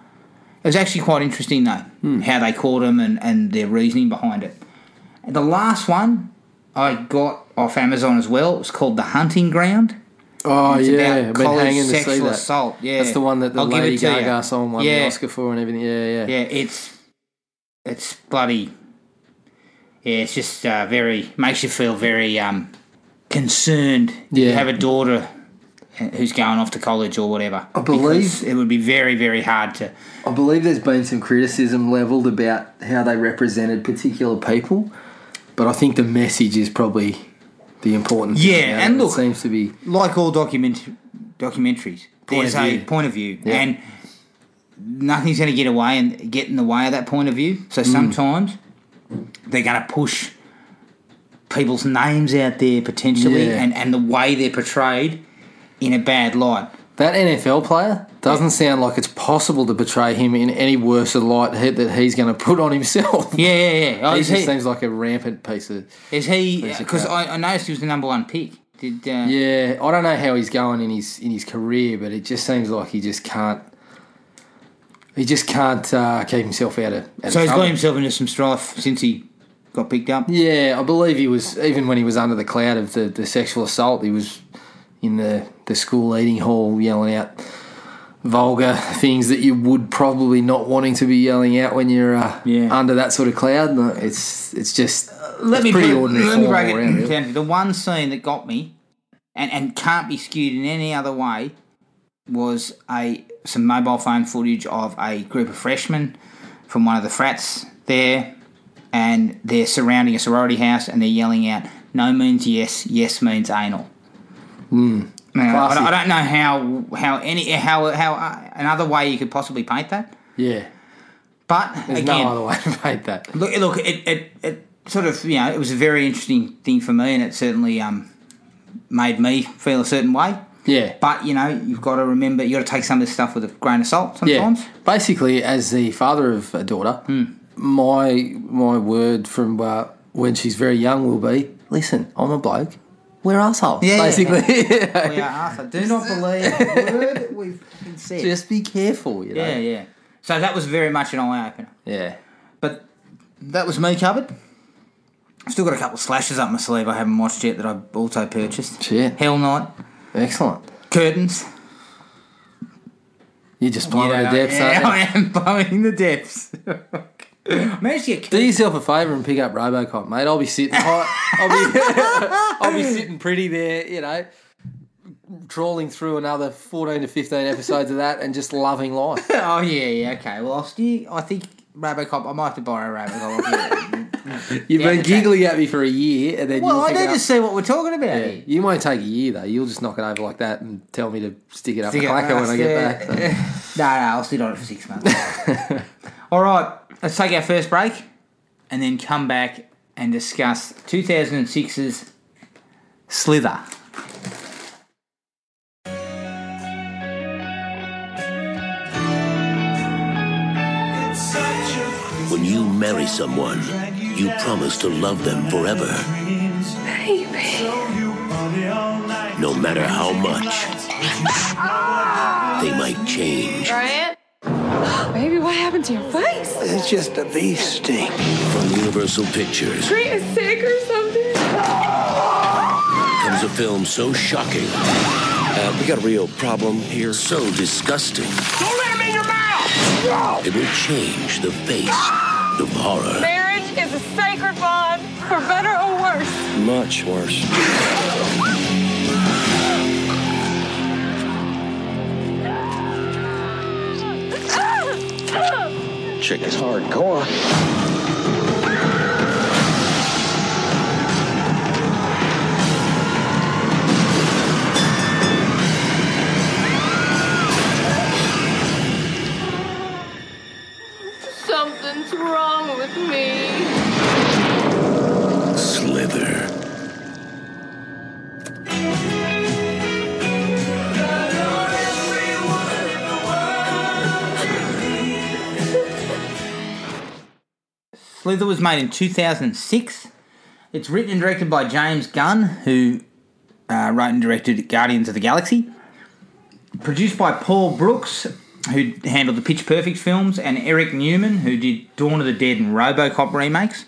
Speaker 2: It was actually quite interesting though, how they caught them and, and their reasoning behind it. And the last one I got off Amazon as well. It was called The Hunting Ground.
Speaker 3: Oh
Speaker 2: It's
Speaker 3: yeah,
Speaker 2: about
Speaker 3: I've been
Speaker 2: college
Speaker 3: hanging to see
Speaker 2: sexual
Speaker 3: that.
Speaker 2: assault, yeah.
Speaker 3: that's the one that the
Speaker 2: I'll give
Speaker 3: Lady
Speaker 2: it to you.
Speaker 3: Gaga song won
Speaker 2: Yeah.
Speaker 3: the Oscar for and everything. Yeah, yeah.
Speaker 2: Yeah, it's it's bloody. Yeah, it's just uh, very makes you feel very um, concerned. You
Speaker 3: Yeah.
Speaker 2: have a daughter uh, who's going off to college or whatever.
Speaker 3: I believe-
Speaker 2: Because it would be very very hard to.
Speaker 3: I believe there's been some criticism levelled about how they represented particular people, but I think the message is probably the important.
Speaker 2: Yeah,
Speaker 3: thing. now
Speaker 2: and
Speaker 3: that it
Speaker 2: look-
Speaker 3: seems to be
Speaker 2: like all document documentaries,
Speaker 3: Point of
Speaker 2: there's a
Speaker 3: view.
Speaker 2: point of view,
Speaker 3: Yeah.
Speaker 2: and nothing's going to get away and get in the way of that point of view. So sometimes they're going to push people's names out there potentially,
Speaker 3: Yeah.
Speaker 2: and and the way they're portrayed in a bad light.
Speaker 3: that NFL player doesn't sound like it's possible to portray him in any worse a light he- that he's going to put on himself.
Speaker 2: Yeah, yeah, yeah. Oh,
Speaker 3: he
Speaker 2: is,
Speaker 3: just
Speaker 2: he,
Speaker 3: seems like a rampant piece of.
Speaker 2: is he?
Speaker 3: Piece of
Speaker 2: Because
Speaker 3: crap.
Speaker 2: I, I noticed he was the number one pick. Did uh,
Speaker 3: Yeah, I don't know how he's going in his in his career, but it just seems like he just can't. He just can't uh, keep himself out of. Out
Speaker 2: so
Speaker 3: of
Speaker 2: he's
Speaker 3: trouble.
Speaker 2: got himself into some strife since he got picked up.
Speaker 3: Yeah, I believe he was even when he was under the cloud of the, the sexual assault, he was in the, the school eating hall yelling out vulgar things that you would probably not wanting to be yelling out when you're uh,
Speaker 2: Yeah.
Speaker 3: under that sort of cloud. No, It's it's just
Speaker 2: let
Speaker 3: it's
Speaker 2: me
Speaker 3: pretty
Speaker 2: put it-
Speaker 3: ordinary
Speaker 2: let me
Speaker 3: form
Speaker 2: break
Speaker 3: all around,
Speaker 2: it
Speaker 3: really.
Speaker 2: down to the one scene that got me and, and can't be skewed in any other way was a some mobile phone footage of a group of freshmen from one of the frats there and they're surrounding a sorority house and they're yelling out no means yes yes means anal
Speaker 3: Hmm.
Speaker 2: mm, I,
Speaker 3: classy.
Speaker 2: don't- I don't know how how any how how uh, another way you could possibly paint that
Speaker 3: Yeah,
Speaker 2: but
Speaker 3: there's
Speaker 2: again
Speaker 3: no other way to paint that.
Speaker 2: Look, look, it, it, it sort of, you know, it was a very interesting thing for me, and it certainly um, made me feel a certain way.
Speaker 3: Yeah,
Speaker 2: But you know, you've got to remember, you got to take some of this stuff with a grain of salt
Speaker 3: yeah.
Speaker 2: sometimes.
Speaker 3: Basically, as the father of a daughter,
Speaker 2: Hmm.
Speaker 3: my my word from uh, when she's very young will be: listen, I'm a bloke. We're assholes,
Speaker 2: Yeah, yeah.
Speaker 3: basically.
Speaker 2: We are Arthur. Do not believe a word that we've been said.
Speaker 3: Just be careful, you know.
Speaker 2: yeah, yeah. So that was very much an eye opener.
Speaker 3: Yeah.
Speaker 2: But that was me covered. I've still got a couple of slashes up my sleeve I haven't watched yet that I have also purchased.
Speaker 3: Shit.
Speaker 2: Hell Night,
Speaker 3: Excellent.
Speaker 2: Curtains.
Speaker 3: You're just blowing the depths,
Speaker 2: yeah,
Speaker 3: aren't
Speaker 2: I
Speaker 3: you?
Speaker 2: am blowing the depths. I managed to get
Speaker 3: Do yourself a favour and pick up Robocop, mate. I'll be sitting high. I'll be, I'll be sitting pretty there, you know, trawling through another 14 to 15 episodes of that and just loving life.
Speaker 2: Oh yeah, yeah, okay. Well, I'll still, I think RoboCop. I might have to borrow RoboCop. off you.
Speaker 3: You've
Speaker 2: Yeah,
Speaker 3: been
Speaker 2: okay.
Speaker 3: giggling at me for a year and then
Speaker 2: well,
Speaker 3: you'll
Speaker 2: I
Speaker 3: pick
Speaker 2: need
Speaker 3: it
Speaker 2: to
Speaker 3: up.
Speaker 2: see what we're talking about. here.
Speaker 3: You won't take a year, though. You'll just knock it over like that and tell me to stick it up
Speaker 2: Stick
Speaker 3: the
Speaker 2: it up
Speaker 3: clacker
Speaker 2: my
Speaker 3: when I
Speaker 2: ass,
Speaker 3: get
Speaker 2: yeah.
Speaker 3: back. so.
Speaker 2: No, no, I'll sit on it for six months. All right, let's take our first break, and then come back and discuss 2006's Slither.
Speaker 4: When you marry someone, you promise to love them forever, no matter how much they might change.
Speaker 5: Brian? Baby, what happened to your face?
Speaker 6: It's just a beef steak.
Speaker 4: From Universal Pictures
Speaker 5: Bree is sick or something?
Speaker 4: comes a film so shocking,
Speaker 6: Uh, we got a real problem here.
Speaker 4: so disgusting,
Speaker 7: Don't let him in your mouth!
Speaker 4: it will change the face of horror.
Speaker 5: Marriage is a sacred bond, for better or worse.
Speaker 6: Much worse. Chick is hardcore.
Speaker 5: Something's wrong with me.
Speaker 4: Slither.
Speaker 2: Slither was made in 2006. It's written and directed by James Gunn, who uh, wrote and directed Guardians of the Galaxy. Produced by Paul Brooks, who handled the Pitch Perfect films, and Eric Newman, who did Dawn of the Dead and Robocop remakes.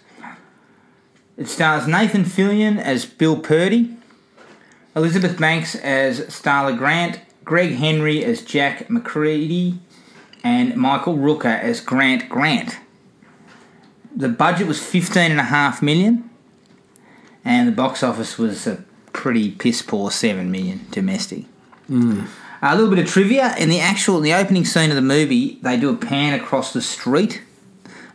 Speaker 2: It stars Nathan Fillion as Bill Purdy, Elizabeth Banks as Starla Grant, Greg Henry as Jack McCready, and Michael Rooker as Grant Grant. The budget was fifteen and a half million, and the box office was a pretty piss poor seven million domestic. A little bit of trivia in the actual in the opening scene of the movie, they do a pan across the street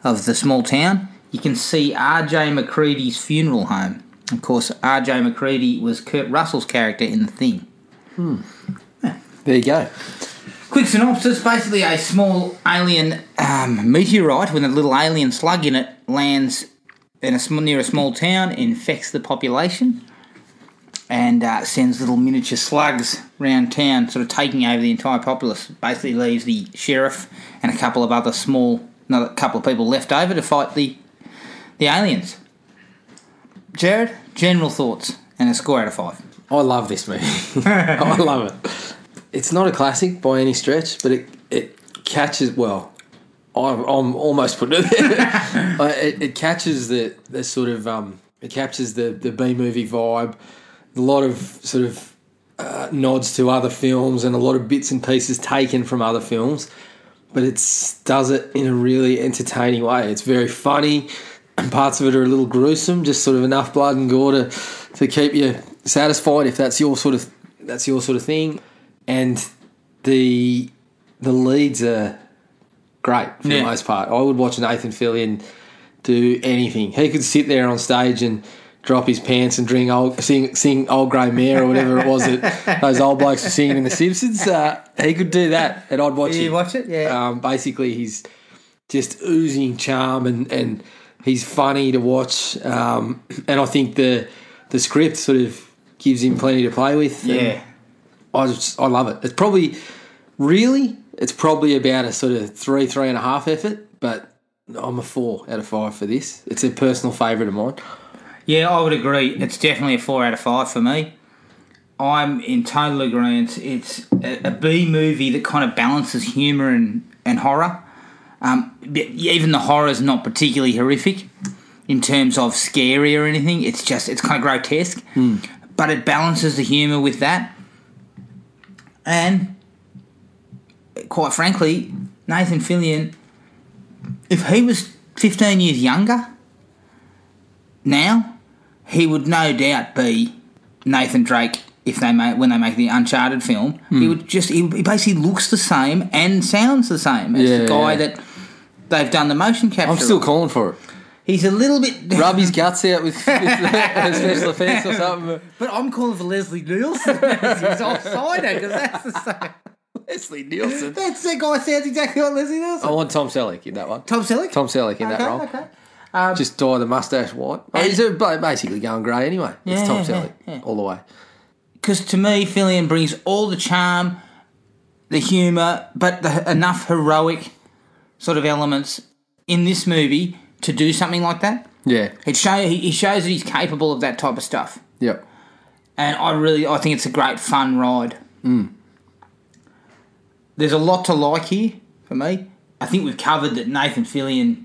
Speaker 2: of the small town. You can see R.J. McCready's funeral home. Of course, R.J. McCready was Kurt Russell's character in The Thing.
Speaker 3: There you go.
Speaker 2: Quick synopsis basically, a small alien um, meteorite with a little alien slug in it lands in a sm- near a small town, infects the population, and uh, sends little miniature slugs round town, sort of taking over the entire populace. Basically, leaves the sheriff and a couple of other small, another couple of people left over to fight the the aliens. Jared, general thoughts and a score out of five.
Speaker 3: I love this movie. I love it. It's not a classic by any stretch, but it it catches well. I'm, I'm almost putting it there. Uh, it, it catches the the sort of um, it captures the the B movie vibe. A lot of sort of uh, nods to other films and a lot of bits and pieces taken from other films, but it does it in a really entertaining way. It's very funny. Parts of it are a little gruesome, just sort of enough blood and gore to, to keep you satisfied if that's your sort of that's your sort of thing. And the the leads are great for the
Speaker 2: Yeah.
Speaker 3: most part. I would watch Nathan Fillion do anything. He could sit there on stage and drop his pants and drink old, sing, sing Old Grey Mare or whatever it was that those old blokes were singing in The Simpsons. Uh, he could do that and I'd watch
Speaker 2: Did you
Speaker 3: him.
Speaker 2: watch it? Yeah.
Speaker 3: Um, basically, he's just oozing charm and, and he's funny to watch. Um, and I think the the script sort of gives him plenty to play with. And I just I love it. It's probably really it's probably about a sort of three three and a half effort, but I'm a four out of five for this. It's a personal favourite of mine.
Speaker 2: Yeah, I would agree. It's definitely a four out of five for me. I'm in total agreement. It's a, a B movie that kind of balances humour and, and horror. Um, but even the horror's not particularly horrific in terms of scary or anything. It's just, it's kind of grotesque.
Speaker 3: Hmm.
Speaker 2: But it balances the humour with that. And quite frankly, Nathan Fillion, if he was 15 years younger now, he would no doubt be Nathan Drake if they make when they make the Uncharted film.
Speaker 3: Hmm.
Speaker 2: He would just he, he basically looks the same and sounds the same as
Speaker 3: Yeah,
Speaker 2: the guy
Speaker 3: yeah.
Speaker 2: that they've done the motion capture.
Speaker 3: I'm still
Speaker 2: of.
Speaker 3: calling for it.
Speaker 2: He's a little bit
Speaker 3: Rub his guts out with, with a special effects or something.
Speaker 2: but I'm calling for Leslie Nielsen as his offsider because that's the same.
Speaker 3: Leslie Nielsen.
Speaker 2: That's that guy sounds exactly like Leslie Nielsen.
Speaker 3: I want Tom Selleck in that one.
Speaker 2: Oh. Tom Selleck.
Speaker 3: Tom Selleck in
Speaker 2: Okay,
Speaker 3: that role. Um,
Speaker 2: okay.
Speaker 3: Just dye the mustache white. Oh, he's a- ba- basically going grey anyway.
Speaker 2: Yeah,
Speaker 3: it's Tom
Speaker 2: yeah,
Speaker 3: Selleck all the way.
Speaker 2: because to me, Fillion brings all the charm, the humour, but the, enough heroic sort of elements in this movie to do something like that.
Speaker 3: Yeah.
Speaker 2: It show he he shows that he's capable of that type of stuff,
Speaker 3: Yep.
Speaker 2: and I really I think it's a great fun ride. There's a lot to like here for me. I think we've covered that Nathan Fillion,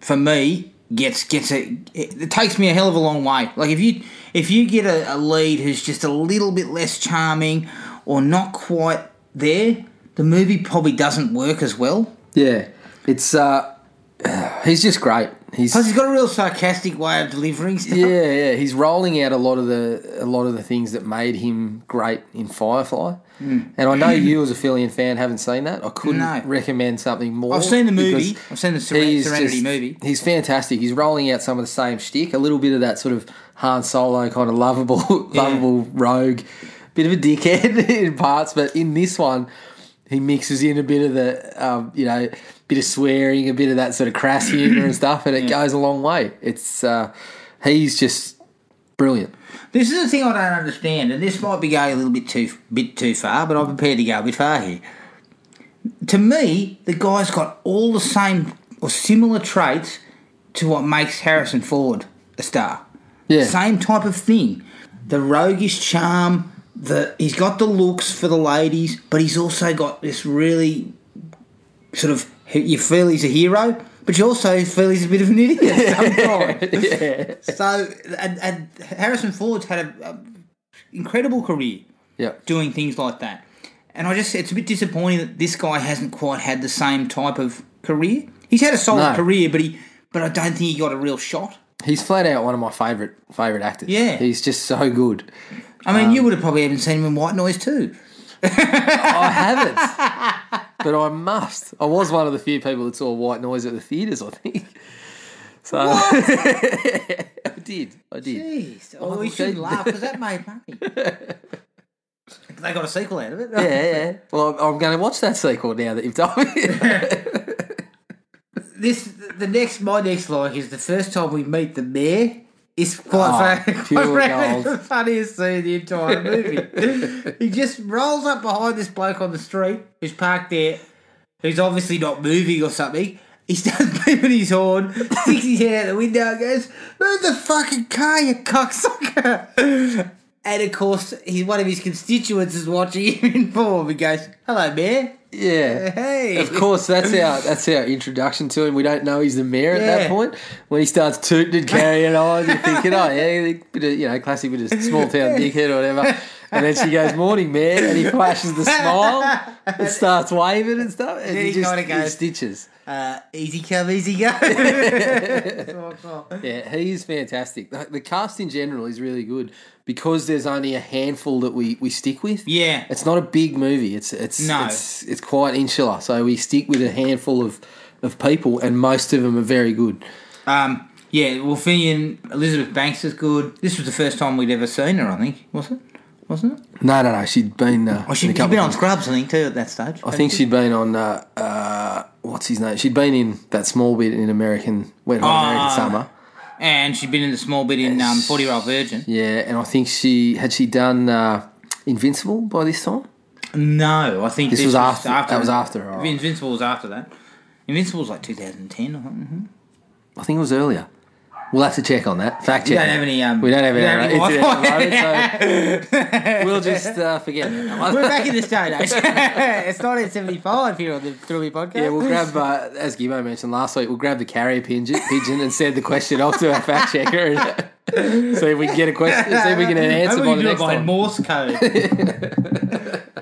Speaker 2: for me, gets gets a it, it takes me a hell of a long way. Like if you if you get a, a lead who's just a little bit less charming or not quite there, the movie probably doesn't work as well.
Speaker 3: Yeah. It's uh he's just great. He's
Speaker 2: Plus, he's got a real sarcastic way of delivering stuff.
Speaker 3: yeah, yeah. He's rolling out a lot of the a lot of the things that made him great in Firefly. And I know you, as a Fillion fan, haven't seen that. I couldn't
Speaker 2: Hmm. No.
Speaker 3: recommend something more.
Speaker 2: I've seen the movie.
Speaker 3: because
Speaker 2: I've seen the Seren-
Speaker 3: he's
Speaker 2: Serenity movie.
Speaker 3: He's fantastic. He's rolling out some of the same shtick, a little bit of that sort of Han Solo kind of lovable, lovable rogue, bit of a dickhead in parts, but in this one. He mixes in a bit of the, um, you know, bit of swearing, a bit of that sort of crass humor and stuff, and it goes a long way. It's uh, he's just brilliant.
Speaker 2: This is the thing I don't understand, and this might be going a little bit too bit too far, but I'm prepared to go a bit far here. To me, the guy's got all the same or similar traits to what makes Harrison Ford a star.
Speaker 3: Yeah.
Speaker 2: Same type of thing. The roguish charm, the he's got the looks for the ladies, but he's also got this really sort of you feel he's a hero, but you also feel he's a bit of an idiot sometimes. So and, and Harrison Ford's had an incredible career
Speaker 3: Yeah.
Speaker 2: doing things like that. And I just, it's a bit disappointing that this guy hasn't quite had the same type of career. He's had a solid
Speaker 3: No.
Speaker 2: career, but he, but I don't think he got a real shot.
Speaker 3: He's flat out one of my favorite favorite actors.
Speaker 2: Yeah.
Speaker 3: He's just so good.
Speaker 2: I mean, you would have probably even seen him in White Noise too.
Speaker 3: I haven't, but I must. I was one of the few people that saw White Noise at the theaters. I think. So I did. I did.
Speaker 2: Jeez,
Speaker 3: Oh,
Speaker 2: oh, we
Speaker 3: okay.
Speaker 2: shouldn't laugh because that made money. they got a sequel out of it.
Speaker 3: Yeah, yeah. Well, I'm going to watch that sequel now that you've told me.
Speaker 2: This, the next, my next like is the first time we meet the mayor. It's quite,
Speaker 3: Oh,
Speaker 2: fa-
Speaker 3: pure
Speaker 2: quite frankly
Speaker 3: gold.
Speaker 2: the funniest scene in the entire movie. he just rolls up behind this bloke on the street who's parked there, who's obviously not moving or something. He starts beeping his horn, sticks his head out the window, and goes, "Move the fucking car, you cocksucker!" And of course, he, one of his constituents is watching him in form. He goes, "Hello, mayor."
Speaker 3: yeah.
Speaker 2: Hey.
Speaker 3: Of course, that's our that's our introduction to him. We don't know he's the mayor at that
Speaker 2: Yeah.
Speaker 3: point. When he starts tooting and carrying on, you're thinking, oh yeah, bit of, you know, classic bit of small town dickhead or whatever. And then she goes, "Morning, mayor," and he flashes the smile and starts waving and stuff. And
Speaker 2: Then
Speaker 3: he
Speaker 2: he
Speaker 3: just
Speaker 2: kinda
Speaker 3: he
Speaker 2: goes-
Speaker 3: stitches.
Speaker 2: Uh, easy come, easy go. That's what I thought.
Speaker 3: Yeah, he is fantastic. The, the cast in general is really good because there's only a handful that we, we stick with.
Speaker 2: Yeah.
Speaker 3: it's not a big movie. It's it's
Speaker 2: No.
Speaker 3: it's it's quite insular. So we stick with a handful of of people, and most of them are very good.
Speaker 2: Um, yeah, well, Finian, Elizabeth Banks is good. This was the first time we'd ever seen her, I think, was it? Wasn't it?
Speaker 3: No, no, no. She'd been. Uh,
Speaker 2: Oh, she,
Speaker 3: in
Speaker 2: she'd
Speaker 3: a couple
Speaker 2: been
Speaker 3: of
Speaker 2: on
Speaker 3: things.
Speaker 2: Scrubs, I think, too, at that stage.
Speaker 3: I think she'd been on. Uh, uh, what's his name? She'd been in that small bit in American Wet Hot American
Speaker 2: Ah.
Speaker 3: Summer.
Speaker 2: And she'd been in the small bit in um, 40 Year Old Virgin.
Speaker 3: Yeah, and I think she had she done uh, Invincible by this time.
Speaker 2: No, I think
Speaker 3: This
Speaker 2: this,
Speaker 3: was after- that was after, all right.
Speaker 2: Invincible was after that. Invincible was like 2010 or something.
Speaker 3: I think it was earlier. We'll have to check on that. Fact check.
Speaker 2: We don't have any, um,
Speaker 3: we don't have
Speaker 2: we don't
Speaker 3: any.
Speaker 2: have any
Speaker 3: so we'll just uh, forget that one.
Speaker 2: We're back in this day and age. it's 1975 here on the Thrilly Podcast.
Speaker 3: Yeah, we'll grab, uh, as Gibbo mentioned last week, we'll grab the carrier pigeon, pigeon and send the question off to our fact checker and see if we can get a question, see if we can get an answer
Speaker 2: Maybe
Speaker 3: by
Speaker 2: we
Speaker 3: the
Speaker 2: do it
Speaker 3: next
Speaker 2: by
Speaker 3: time.
Speaker 2: Morse code.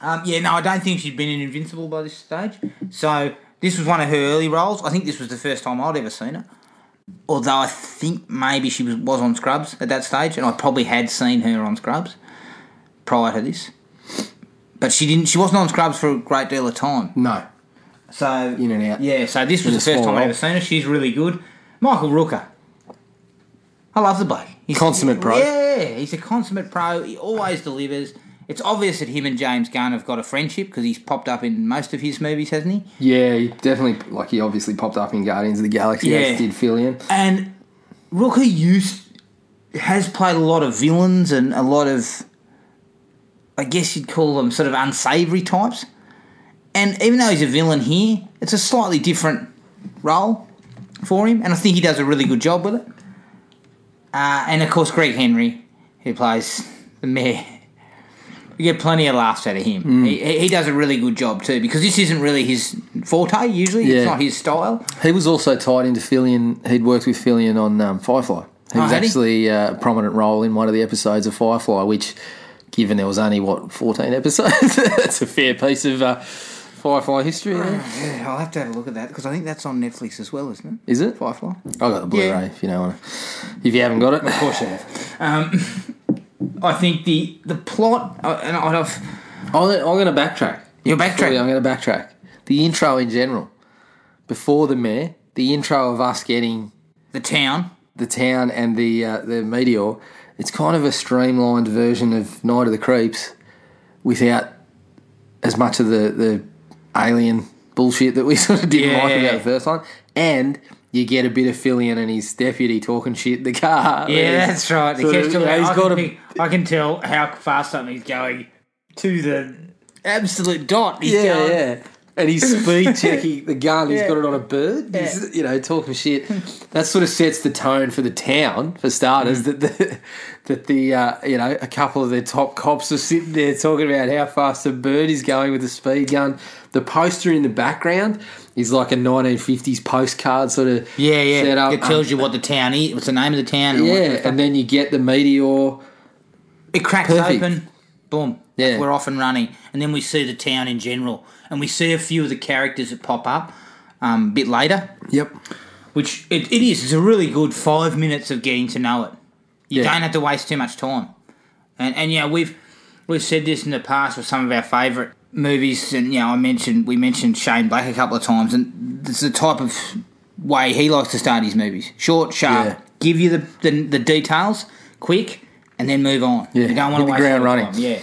Speaker 2: um, yeah, no, I don't think she'd been in Invincible by this stage. So this was one of her early roles. I think this was the first time I'd ever seen her. Although I think maybe she was, was on Scrubs at that stage, and I probably had seen her on Scrubs prior to this. But she didn't. She wasn't on Scrubs for a great deal of time.
Speaker 3: No.
Speaker 2: So
Speaker 3: In and out.
Speaker 2: Yeah. So this was
Speaker 3: a
Speaker 2: the first
Speaker 3: small
Speaker 2: time
Speaker 3: role.
Speaker 2: I ever seen her. She's really good. Michael Rooker. I love the bloke. He's
Speaker 3: Consummate pro.
Speaker 2: Yeah, he's a consummate pro. He always delivers. It's obvious that him and James Gunn have got a friendship because he's popped up in most of his movies, hasn't he?
Speaker 3: Yeah, he definitely, like, he obviously popped up in Guardians of the Galaxy,
Speaker 2: Yeah.
Speaker 3: as did Fillion.
Speaker 2: And Rooker used has played a lot of villains and a lot of, I guess you'd call them sort of unsavory types. And even though he's a villain here, it's a slightly different role for him, and I think he does a really good job with it. Uh, and of course, Greg Henry, who plays the mayor. We get plenty of laughs out of him. He- He, he does a really good job too, because this isn't really his forte. Usually,
Speaker 3: Yeah.
Speaker 2: it's not his style.
Speaker 3: He was also tied into Fillion. He'd worked with Fillion on um, Firefly. He
Speaker 2: Oh,
Speaker 3: was
Speaker 2: had he?
Speaker 3: actually uh, a prominent role in one of the episodes of Firefly, which, given there was only what fourteen episodes, that's a fair piece of uh, Firefly history. There.
Speaker 2: Yeah, I'll have to have a look at that because I think that's on Netflix as well, isn't it?
Speaker 3: Is it? I
Speaker 2: Firefly.
Speaker 3: got the Blu-ray.
Speaker 2: Yeah.
Speaker 3: If you don't want to, if you haven't got it, Um, of course you
Speaker 2: I think the the plot uh, and I've
Speaker 3: I'm, gonna- I'm going to backtrack.
Speaker 2: you're backtracking.
Speaker 3: Sorry, I'm going to backtrack. The intro in general, before the mayor, the intro of us getting
Speaker 2: The town.
Speaker 3: the town and the uh, the meteor, it's kind of a streamlined version of Night of the Creeps, without as much of the the alien bullshit that we sort of didn't like
Speaker 2: Yeah.
Speaker 3: about the first one, and. You get a bit of Fillion and his deputy talking shit in the car.
Speaker 2: Yeah, that's right. The
Speaker 3: Sort of,
Speaker 2: catch
Speaker 3: you know,
Speaker 2: I,
Speaker 3: he's
Speaker 2: can
Speaker 3: got a
Speaker 2: pick- I can tell how fast something's going to the absolute dot. He's
Speaker 3: yeah,
Speaker 2: going-
Speaker 3: yeah. and he's speed checking the gun. He's
Speaker 2: Yeah.
Speaker 3: got it on a bird. He's, you know, talking shit. That sort of sets the tone for the town, for
Speaker 2: Mm.
Speaker 3: starters. That the, that the uh, you know a couple of their top cops are sitting there talking about how fast a bird is going with a speed gun. The poster in the background is like a 1950s postcard sort of
Speaker 2: Yeah, yeah.
Speaker 3: set up. um,
Speaker 2: It tells you what the town is, what's the name of the town. and
Speaker 3: yeah,
Speaker 2: what-
Speaker 3: and then you get the meteor.
Speaker 2: It cracks
Speaker 3: Perfect.
Speaker 2: open. Boom.
Speaker 3: Yeah.
Speaker 2: We're off and running. And then we see the town in general. And we see a few of the characters that pop up um, a bit later,
Speaker 3: Yep.
Speaker 2: which it, it is. It's a really good five minutes of getting to know it. You
Speaker 3: Yeah.
Speaker 2: don't have to waste too much time. And, and yeah, we've we've said this in the past with some of our favourite movies. And, you know, I mentioned, we mentioned Shane Black a couple of times. And it's the type of way he likes to start his movies short, sharp,
Speaker 3: Yeah.
Speaker 2: give you the, the, the details quick, and then move on.
Speaker 3: Yeah,
Speaker 2: You don't want
Speaker 3: hit the
Speaker 2: to waste
Speaker 3: ground
Speaker 2: your
Speaker 3: running.
Speaker 2: time, Yeah.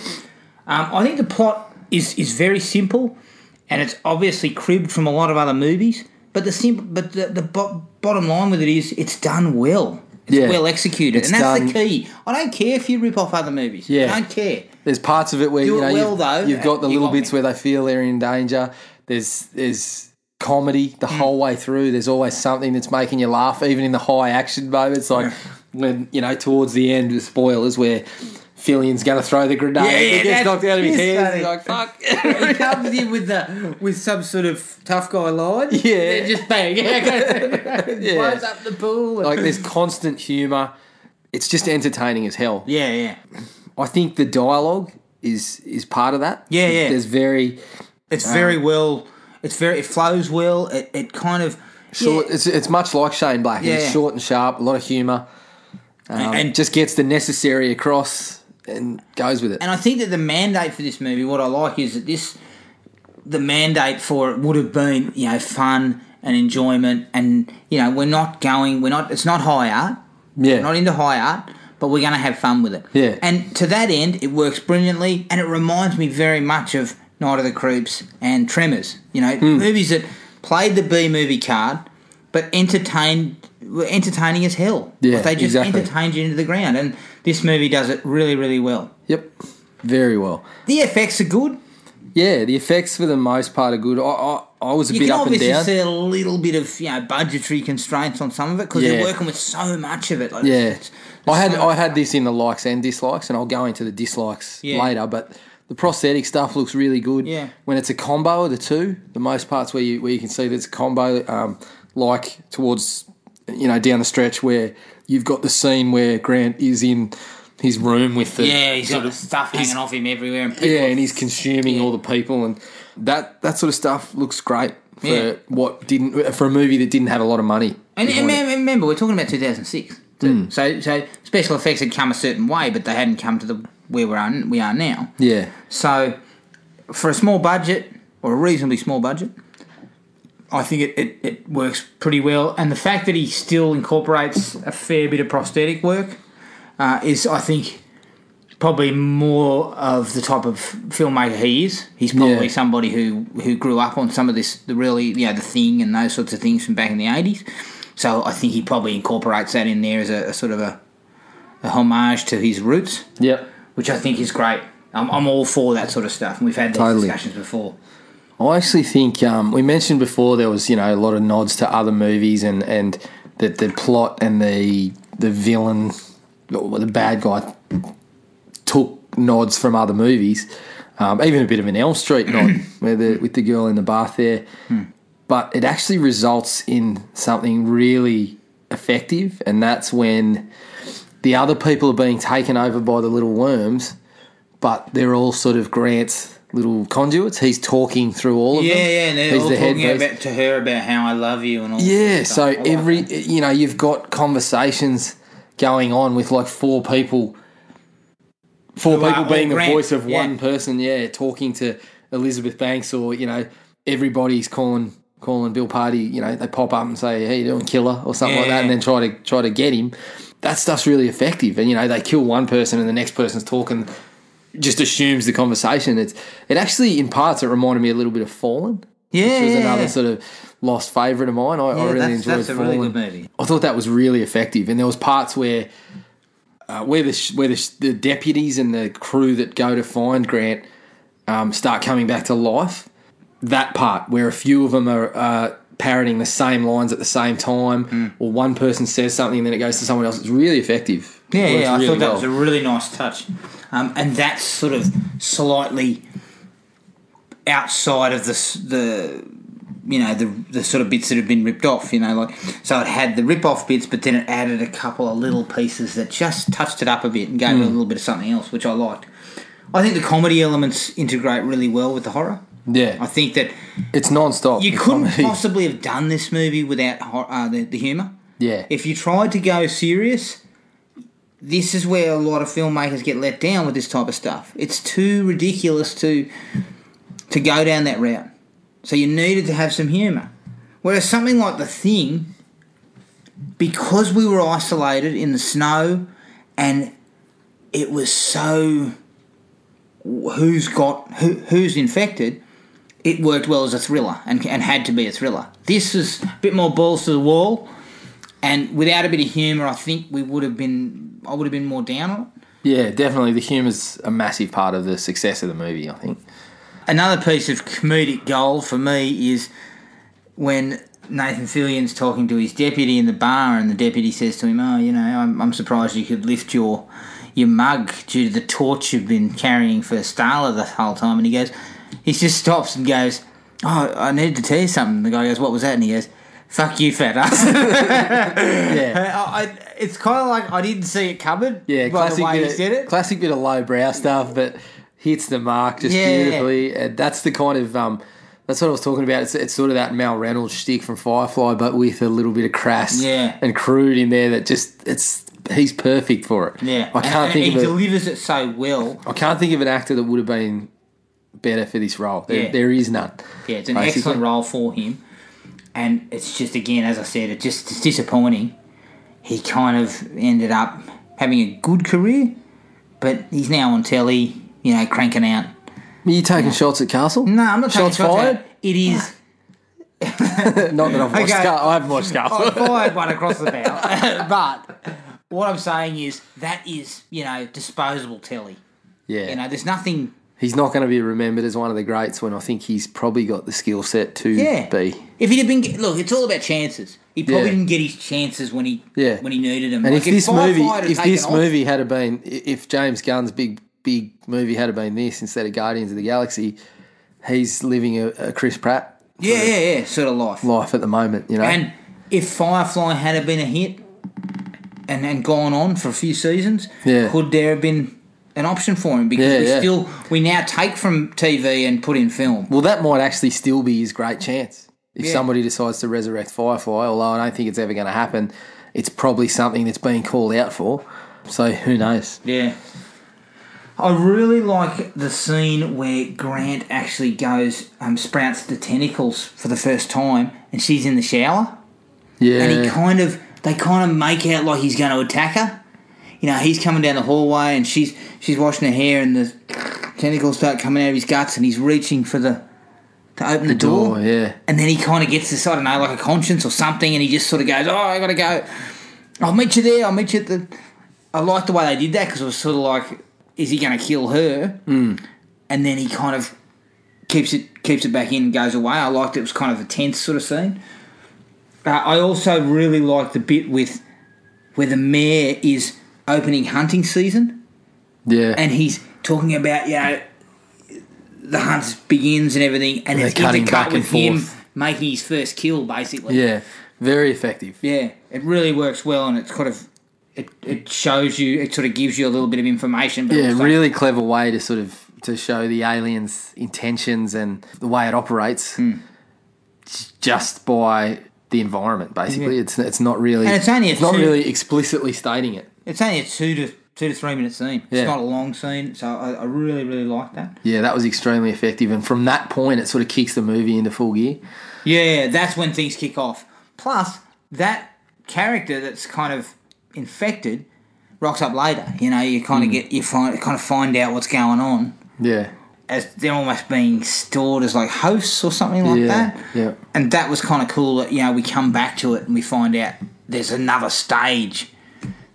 Speaker 2: Um, I think the plot is is very simple, and it's obviously cribbed from a lot of other movies. But the simple, but the, the bo- bottom line with it is, it's done well. It's
Speaker 3: Yeah.
Speaker 2: well executed,
Speaker 3: It's
Speaker 2: and that's
Speaker 3: done-
Speaker 2: the key. I don't care if you rip off other movies.
Speaker 3: Yeah.
Speaker 2: I don't care.
Speaker 3: There's parts of it where
Speaker 2: Do
Speaker 3: you
Speaker 2: it
Speaker 3: know
Speaker 2: well,
Speaker 3: you've,
Speaker 2: though,
Speaker 3: you've got the
Speaker 2: you
Speaker 3: little
Speaker 2: got me.
Speaker 3: bits where they feel they're in danger. There's there's comedy
Speaker 2: Mm.
Speaker 3: the whole way through. There's always something that's making you laugh, even in the high action moments. Like when you know towards the end with spoilers where. Fillian's gonna throw the grenade.
Speaker 2: Yeah, yeah,
Speaker 3: it gets
Speaker 2: that's-
Speaker 3: knocked out of his
Speaker 2: he's
Speaker 3: hands.
Speaker 2: funny.
Speaker 3: He's like, fuck.
Speaker 2: he comes in with the with some sort of tough guy line.
Speaker 3: Yeah.
Speaker 2: then just bang,
Speaker 3: Yeah.
Speaker 2: blows up the pool.
Speaker 3: like there's constant humour. It's just entertaining as hell.
Speaker 2: yeah, yeah,
Speaker 3: I think the dialogue is is part of that.
Speaker 2: Yeah, yeah.
Speaker 3: There's very
Speaker 2: it's very well. It's very it flows well. It, it kind of
Speaker 3: short.
Speaker 2: Um, Yeah.
Speaker 3: It's it's much like Shane Black.
Speaker 2: Yeah.
Speaker 3: It's short and sharp. A lot of humour. um,
Speaker 2: and
Speaker 3: just gets the necessary across and goes with it.
Speaker 2: And I think that the mandate for this movie, what I like is that this, the mandate for it would have been, you know, fun and enjoyment. And, you know, we're not going, we're not, it's not high art.
Speaker 3: yeah,
Speaker 2: We're not into high art, but we're going to have fun with it.
Speaker 3: Yeah.
Speaker 2: And to that end, it works brilliantly. And it reminds me very much of Night of the Creeps and Tremors. You know,
Speaker 3: Hmm.
Speaker 2: movies that played the B movie card, but entertained, were entertaining as hell.
Speaker 3: Yeah,
Speaker 2: Like, they just
Speaker 3: exactly.
Speaker 2: entertained you into the ground. And this movie does it really, really well.
Speaker 3: yep, very well.
Speaker 2: The effects are good.
Speaker 3: Yeah, the effects for the most part are good. I I, I was a
Speaker 2: You
Speaker 3: bit
Speaker 2: can
Speaker 3: up and
Speaker 2: obviously
Speaker 3: down.
Speaker 2: see a little bit of you know budgetary constraints on some of it because
Speaker 3: Yeah.
Speaker 2: they're working with so much of it. Like,
Speaker 3: yeah,
Speaker 2: it's-
Speaker 3: I had
Speaker 2: so
Speaker 3: I
Speaker 2: much
Speaker 3: had this in the likes and dislikes, and I'll go into the dislikes
Speaker 2: Yeah.
Speaker 3: later. But the prosthetic stuff looks really good.
Speaker 2: Yeah.
Speaker 3: when it's a combo of the two, the most parts where you where you can see that it's a combo, um, like towards you know down the stretch where you've got the scene where Grant is in his room with the
Speaker 2: yeah, he's got stuff hanging off him everywhere. And
Speaker 3: yeah, and he's consuming all the people, and that that sort of stuff looks great for
Speaker 2: Yeah.
Speaker 3: what didn't for a movie that didn't have a lot of money.
Speaker 2: and, and
Speaker 3: behind it.
Speaker 2: mem- remember, we're talking about 2006.
Speaker 3: Hmm.
Speaker 2: too. So, so special effects had come a certain way, but they hadn't come to the where we are we are now.
Speaker 3: yeah,
Speaker 2: So, for a small budget or a reasonably small budget, I think it, it, it works pretty well. And the fact that he still incorporates a fair bit of prosthetic work uh, is, I think, probably more of the type of filmmaker he is. He's probably
Speaker 3: Yeah.
Speaker 2: somebody who, who grew up on some of this, the really, you know, the thing and those sorts of things from back in the 80s. So I think he probably incorporates that in there as a, a sort of a, a homage to his roots
Speaker 3: yep.
Speaker 2: which I think is great. I'm, I'm all for that sort of stuff, and we've had these
Speaker 3: Totally.
Speaker 2: discussions before.
Speaker 3: I actually think um, we mentioned before there was you know a lot of nods to other movies and and that the plot and the the villain or the bad guy took nods from other movies, um, even a bit of an Elm Street nod where the, with the girl in the bath there.
Speaker 2: Hmm.
Speaker 3: But it actually results in something really effective, and that's when the other people are being taken over by the little worms, but they're all sort of Grant's little conduits. He's talking through all of
Speaker 2: Yeah,
Speaker 3: them.
Speaker 2: yeah, and they're
Speaker 3: He's
Speaker 2: all
Speaker 3: the head
Speaker 2: talking
Speaker 3: priest.
Speaker 2: about, to her about how I love you and all.
Speaker 3: Yeah,
Speaker 2: this
Speaker 3: so
Speaker 2: sort of stuff. I like
Speaker 3: every
Speaker 2: that.
Speaker 3: you know you've got conversations going on with like four people, four
Speaker 2: Who are
Speaker 3: people
Speaker 2: all
Speaker 3: being the
Speaker 2: Grant,
Speaker 3: voice of
Speaker 2: yeah.
Speaker 3: one person. Yeah, talking to Elizabeth Banks or you know everybody's calling calling Bill Party. You know they pop up and say, "Hey, you doing killer?" or something like
Speaker 2: Yeah.
Speaker 3: that, and then try to try to get him. That stuff's really effective, and you know they kill one person and the next person's talking. Just assumes the conversation. It's it actually in parts it reminded me a little bit of Fallen
Speaker 2: yeah,
Speaker 3: which was
Speaker 2: yeah,
Speaker 3: another
Speaker 2: yeah.
Speaker 3: sort of lost favourite of mine. I, I
Speaker 2: Yeah,
Speaker 3: really
Speaker 2: that's-
Speaker 3: enjoyed
Speaker 2: that's a
Speaker 3: Fallen.
Speaker 2: really good movie.
Speaker 3: I thought that was really effective, and there was parts where uh, where the sh- where the, sh- the deputies and the crew that go to find Grant um, start coming back to life. that part where a few of them are uh, parroting the same lines at the same time,
Speaker 2: Hmm.
Speaker 3: or one person says something and then it goes to someone else. It's really effective.
Speaker 2: Yeah,
Speaker 3: It
Speaker 2: yeah,
Speaker 3: works
Speaker 2: I
Speaker 3: really
Speaker 2: thought that
Speaker 3: well.
Speaker 2: was a really nice touch. Um, and that's sort of slightly outside of the, s- the you know, the, the sort of bits that have been ripped off, you know, like, so it had the rip off bits, but then it added a couple of little pieces that just touched it up a bit and gave
Speaker 3: Hmm.
Speaker 2: it a little bit of something else, which I liked. I think the comedy elements integrate really well with the horror.
Speaker 3: yeah,
Speaker 2: I think that
Speaker 3: it's non-stop.
Speaker 2: you
Speaker 3: the
Speaker 2: couldn't
Speaker 3: comedy.
Speaker 2: possibly have done this movie without hor- uh, the, the humour.
Speaker 3: Yeah,
Speaker 2: If you tried to go serious, this is where a lot of filmmakers get let down with this type of stuff. It's too ridiculous to to go down that route. So you needed to have some humour. Whereas something like The Thing, because we were isolated in the snow, and it was so who's got who, who's infected, it worked well as a thriller and and had to be a thriller. This is a bit more balls to the wall. And without a bit of humour, I think we would have been. I would have been more down on it.
Speaker 3: yeah, definitely. The humour's a massive part of the success of the movie. I think.
Speaker 2: Another piece of comedic gold for me is when Nathan Fillion's talking to his deputy in the bar, and the deputy says to him, "Oh, you know, I'm, I'm surprised you could lift your your mug due to the torch you've been carrying for Starla the whole time." And he goes, he just stops and goes, "Oh, I needed to tell you something." The guy goes, "What was that?" And he goes, "Fuck you, fat ass."
Speaker 3: Yeah,
Speaker 2: I, I, it's kind of like I didn't see it coming.
Speaker 3: yeah.
Speaker 2: by the
Speaker 3: Classic
Speaker 2: way
Speaker 3: bit.
Speaker 2: he
Speaker 3: Of,
Speaker 2: said it.
Speaker 3: Classic bit of lowbrow stuff, but hits the mark just
Speaker 2: Yeah.
Speaker 3: beautifully. And that's the kind of um, that's what I was talking about. It's, it's sort of that Mal Reynolds shtick from Firefly, but with a little bit of crass
Speaker 2: Yeah.
Speaker 3: and crude in there. That just it's he's perfect for it.
Speaker 2: Yeah,
Speaker 3: I can't
Speaker 2: and,
Speaker 3: think
Speaker 2: and
Speaker 3: of
Speaker 2: he
Speaker 3: it.
Speaker 2: delivers it so well.
Speaker 3: I can't think of an actor that would have been better for this role. There,
Speaker 2: Yeah.
Speaker 3: there is none.
Speaker 2: Yeah, it's an
Speaker 3: Basically.
Speaker 2: excellent role for him, and it's just again, as I said, it just it's disappointing. He kind of ended up having a good career, but he's now on telly, you know, cranking out.
Speaker 3: Are you taking shots at Castle?
Speaker 2: No, I'm not taking
Speaker 3: shots,
Speaker 2: at
Speaker 3: fired.
Speaker 2: it. It is.
Speaker 3: not that I've watched.
Speaker 2: Okay. Oh.
Speaker 3: Car- I haven't watched
Speaker 2: I
Speaker 3: Castle.
Speaker 2: fired one across the bow. but what I'm saying is that is you know disposable telly.
Speaker 3: yeah,
Speaker 2: You know, there's nothing.
Speaker 3: he's not going to be remembered as one of the greats when I think he's probably got the skill set to
Speaker 2: Yeah.
Speaker 3: be.
Speaker 2: If he'd have been look, it's all about chances. He probably
Speaker 3: Yeah.
Speaker 2: didn't get his chances when he
Speaker 3: Yeah.
Speaker 2: when he needed them.
Speaker 3: And
Speaker 2: Like,
Speaker 3: if this movie,
Speaker 2: Firefly had
Speaker 3: if
Speaker 2: taken
Speaker 3: this
Speaker 2: off-
Speaker 3: movie had have been, i- if James Gunn's big big movie had have been this instead of Guardians of the Galaxy, he's living a, a Chris Pratt
Speaker 2: yeah, yeah, yeah, sort of life.
Speaker 3: life at the moment. You know,
Speaker 2: And if Firefly had have been a hit and and gone on for a few seasons,
Speaker 3: Yeah.
Speaker 2: could there have been an option for him? Because
Speaker 3: Yeah,
Speaker 2: we
Speaker 3: yeah.
Speaker 2: still we now take from TV and put in film.
Speaker 3: Well, that might actually still be his great chance. If
Speaker 2: Yeah.
Speaker 3: somebody decides to resurrect Firefly, although I don't think it's ever going to happen, it's probably something that's being called out for. So who knows?
Speaker 2: Yeah. I really like the scene where Grant actually goes um, sprouts the tentacles for the first time, and she's in the shower.
Speaker 3: Yeah.
Speaker 2: and he kind of they kind of make out like he's going to attack her. You know, he's coming down the hallway and she's she's washing her hair and the tentacles start coming out of his guts and he's reaching for the to open the, door.
Speaker 3: door, yeah.
Speaker 2: And then he kind of gets this I don't know like a conscience or something and he just sort of goes, "Oh, I got to go. I'll meet you there. I'll meet you at the." I liked the way they did that because it was sort of like, is he going to kill her? And then he kind of keeps it keeps it back in and goes away. I liked it. was kind of a tense sort of scene. Uh, I also really liked the bit with where the mayor is opening hunting season
Speaker 3: yeah.
Speaker 2: and he's talking about you know the hunt begins and everything, and
Speaker 3: They're
Speaker 2: it's
Speaker 3: cutting
Speaker 2: intercut
Speaker 3: back
Speaker 2: with
Speaker 3: and
Speaker 2: him
Speaker 3: forth.
Speaker 2: making his first kill basically.
Speaker 3: yeah. Very effective.
Speaker 2: Yeah, it really works well, and it's kind of it, it shows you, it sort of gives you a little bit of information. But
Speaker 3: Yeah,
Speaker 2: also-
Speaker 3: really clever way to sort of to show the aliens' intentions and the way it operates,
Speaker 2: Hmm.
Speaker 3: j- just by the environment. Basically, it's it's not really
Speaker 2: And it's only a
Speaker 3: not
Speaker 2: two-
Speaker 3: really explicitly stating it.
Speaker 2: It's only a two to two to three minute scene. It's
Speaker 3: Yeah.
Speaker 2: not a long scene, so I, I really really like that.
Speaker 3: Yeah, that was extremely effective, and from that point, it sort of kicks the movie into full gear.
Speaker 2: Yeah, that's when things kick off. Plus, that character that's kind of infected rocks up later. You know, you
Speaker 3: Hmm.
Speaker 2: kind of get you find kind of find out what's going on
Speaker 3: Yeah,
Speaker 2: as they're almost being stored as like hosts or something like
Speaker 3: Yeah,
Speaker 2: that.
Speaker 3: yeah.
Speaker 2: And that was kind of cool that you know we come back to it and we find out there's another stage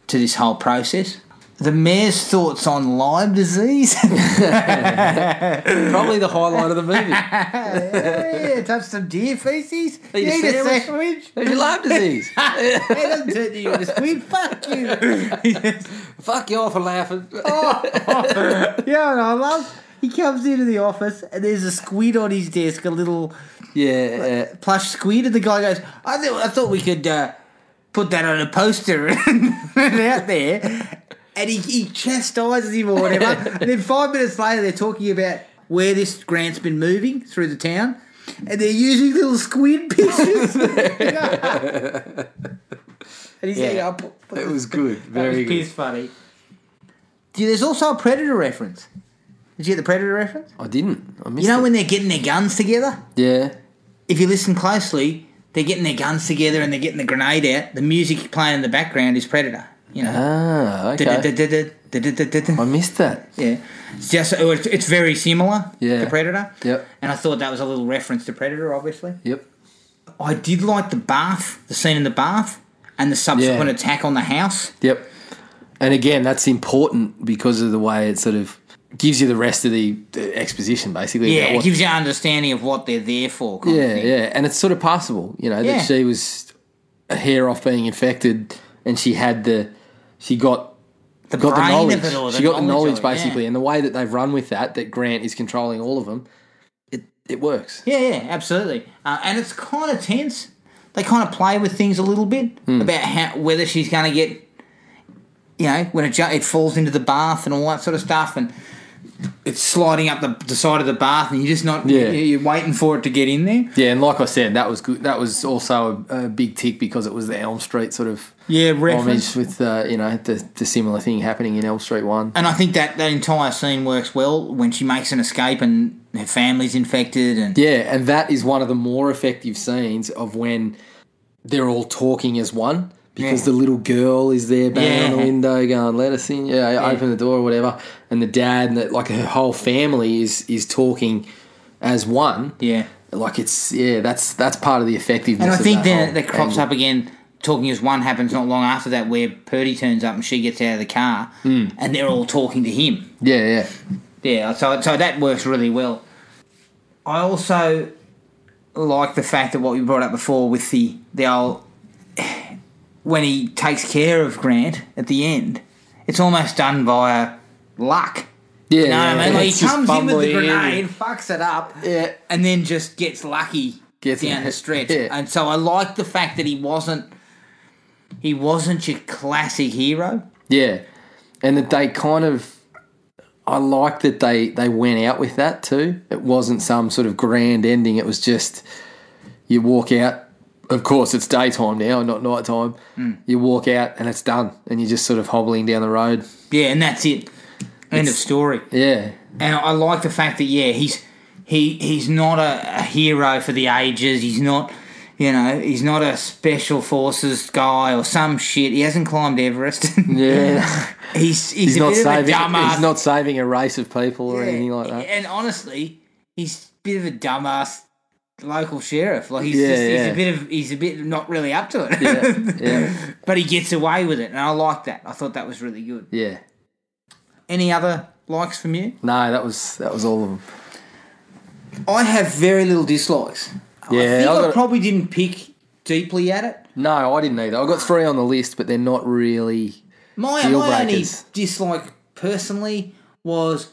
Speaker 2: to this whole process. the mayor's thoughts on Lyme disease.
Speaker 3: Probably the highlight of the movie.
Speaker 2: yeah, touch some deer feces.
Speaker 3: Eat a
Speaker 2: Eat a
Speaker 3: sandwich.
Speaker 2: sandwich.
Speaker 3: There's your Lyme disease.
Speaker 2: It doesn't turn to you into squid. Fuck you.
Speaker 3: Fuck you off for laughing.
Speaker 2: yeah, and I love. He comes into the office and there's a squid on his desk, a little
Speaker 3: Yeah, uh,
Speaker 2: plush squid, and the guy goes, "I thought I thought we could uh, put that on a poster and put it out there." And he, he chastises him or whatever. and then five minutes later, they're talking about where this grant's been moving through the town, and they're using little squid pictures. and he's like,
Speaker 3: Yeah.
Speaker 2: "I'll put, put
Speaker 3: it was good. Very
Speaker 2: That was piss
Speaker 3: good.
Speaker 2: funny. Yeah, there's also a Predator reference. Did you get the Predator reference?
Speaker 3: I didn't. I missed
Speaker 2: You know
Speaker 3: it.
Speaker 2: when they're getting their guns together?
Speaker 3: yeah.
Speaker 2: If you listen closely, they're getting their guns together and they're getting the grenade out. The music playing in the background is Predator. You know.
Speaker 3: Ah, okay. I
Speaker 2: Du-du-du-du-du-du-du-du-du.
Speaker 3: missed that.
Speaker 2: Yeah. It's just oh, it's, it's very similar
Speaker 3: Yeah.
Speaker 2: to Predator.
Speaker 3: Yep.
Speaker 2: And I thought that was a little reference to Predator, obviously.
Speaker 3: Yep.
Speaker 2: I did like the bath, the scene in the bath, and the subsequent
Speaker 3: Yeah.
Speaker 2: attack on the house.
Speaker 3: Yep. And again, that's important because of the way it sort of gives you the rest of the, the exposition, basically.
Speaker 2: Yeah,
Speaker 3: about
Speaker 2: it
Speaker 3: what-
Speaker 2: gives you an understanding of what they're there for. Kind of
Speaker 3: yeah,
Speaker 2: thing.
Speaker 3: yeah. And it's sort of possible, you know,
Speaker 2: Yeah.
Speaker 3: that she was a hair off being infected, and she had the, she got
Speaker 2: The
Speaker 3: got the
Speaker 2: brain
Speaker 3: knowledge.
Speaker 2: of it all.
Speaker 3: she got the knowledge
Speaker 2: of it,
Speaker 3: basically, and the way that they've run with that, that Grant is controlling all of them, it it works.
Speaker 2: Yeah, yeah, yeah absolutely. Uh, and it's kind of tense. They kind of play with things a little bit
Speaker 3: Hmm.
Speaker 2: about how whether she's going to get, you know, when it, ju- it falls into the bath and all that sort of stuff, and it's sliding up the, the side of the bath, and you're just not.
Speaker 3: Yeah.
Speaker 2: Yeah. You're waiting for it to get in there.
Speaker 3: Yeah, and like I said, that was good. That was also a, a big tick because it was the Elm Street sort of
Speaker 2: Yeah, reference.
Speaker 3: homage with uh, you know the, the similar thing happening in Elm Street One.
Speaker 2: And I think that that entire scene works well when she makes an escape and her family's infected and
Speaker 3: Yeah, and that is one of the more effective scenes of when they're all talking as one because
Speaker 2: Yeah.
Speaker 3: the little girl is there banging on the
Speaker 2: Yeah.
Speaker 3: window going, "Let us in!" Yeah, open the door or whatever, and the dad and the, like her whole family is is talking as one.
Speaker 2: yeah.
Speaker 3: Like it's yeah, that's that's part of the effectiveness.
Speaker 2: And I
Speaker 3: of
Speaker 2: think
Speaker 3: that
Speaker 2: then
Speaker 3: whole
Speaker 2: that crops
Speaker 3: angle.
Speaker 2: up again. Talking as one happens not long after that, where Purdy turns up and she gets out of the car,
Speaker 3: Hmm.
Speaker 2: and they're all talking to him.
Speaker 3: Yeah, yeah,
Speaker 2: Yeah, so so that works really well. I also like the fact that what you brought up before with the the old when he takes care of Grant at the end, it's almost done via luck.
Speaker 3: yeah.
Speaker 2: You know
Speaker 3: yeah,
Speaker 2: what I mean?
Speaker 3: yeah.
Speaker 2: Like
Speaker 3: It's
Speaker 2: he
Speaker 3: just
Speaker 2: comes in with the
Speaker 3: bumbling
Speaker 2: grenade, fucks it up,
Speaker 3: Yeah.
Speaker 2: and then just gets lucky
Speaker 3: Gets
Speaker 2: down
Speaker 3: it.
Speaker 2: the stretch.
Speaker 3: Yeah.
Speaker 2: And so I like the fact that he wasn't he wasn't your classic hero.
Speaker 3: Yeah, and that they kind of, I like that they they went out with that too. It wasn't some sort of grand ending. It was just you walk out. Of course, it's daytime now, not nighttime.
Speaker 2: Hmm.
Speaker 3: You walk out and it's done, and you're just sort of hobbling down the road.
Speaker 2: Yeah, and that's it. End of story.
Speaker 3: Yeah,
Speaker 2: And I like the fact that yeah, he's he he's not a, a hero for the ages. He's not you know, he's not a special forces guy or some shit. He hasn't climbed Everest.
Speaker 3: yeah.
Speaker 2: he's he's,
Speaker 3: he's
Speaker 2: a
Speaker 3: not
Speaker 2: bit
Speaker 3: saving.
Speaker 2: of a dumbass.
Speaker 3: He's not saving a race of people or
Speaker 2: Yeah,
Speaker 3: anything like that.
Speaker 2: And honestly, he's a bit of a dumbass local sheriff. Like he's
Speaker 3: Yeah,
Speaker 2: just, he's
Speaker 3: yeah.
Speaker 2: a bit of he's a bit not really up to it.
Speaker 3: Yeah,
Speaker 2: but he gets away with it, and I like that. I thought that was really good.
Speaker 3: yeah.
Speaker 2: Any other likes from you?
Speaker 3: No, that was that was all of them.
Speaker 2: I have very little dislikes. Oh,
Speaker 3: Yeah,
Speaker 2: I think
Speaker 3: I've
Speaker 2: I,
Speaker 3: got-
Speaker 2: probably didn't pick deeply at it.
Speaker 3: No, I didn't either. I got three on the list, but they're not really.
Speaker 2: My,
Speaker 3: Deal
Speaker 2: my only
Speaker 3: breakers.
Speaker 2: dislike personally was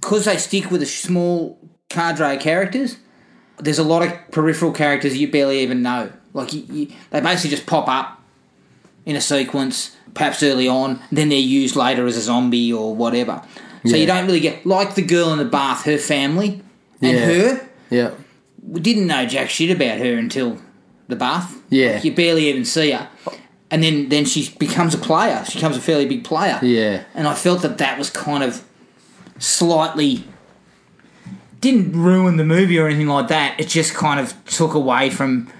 Speaker 2: because they stick with a small cadre of characters. There's a lot of peripheral characters you barely even know. Like you, you, they basically just pop up in a sequence, perhaps early on, then they're used later as a zombie or whatever. So
Speaker 3: Yeah.
Speaker 2: you don't really get like the girl in the bath, her family, and
Speaker 3: Yeah.
Speaker 2: her.
Speaker 3: Yeah,
Speaker 2: We didn't know jack shit about her until the bath.
Speaker 3: Yeah.
Speaker 2: Like, you barely even see her. And then, then she becomes a player. She becomes a fairly big player.
Speaker 3: yeah.
Speaker 2: And I felt that that was kind of slightly. Didn't ruin the movie or anything like that. It just kind of took away from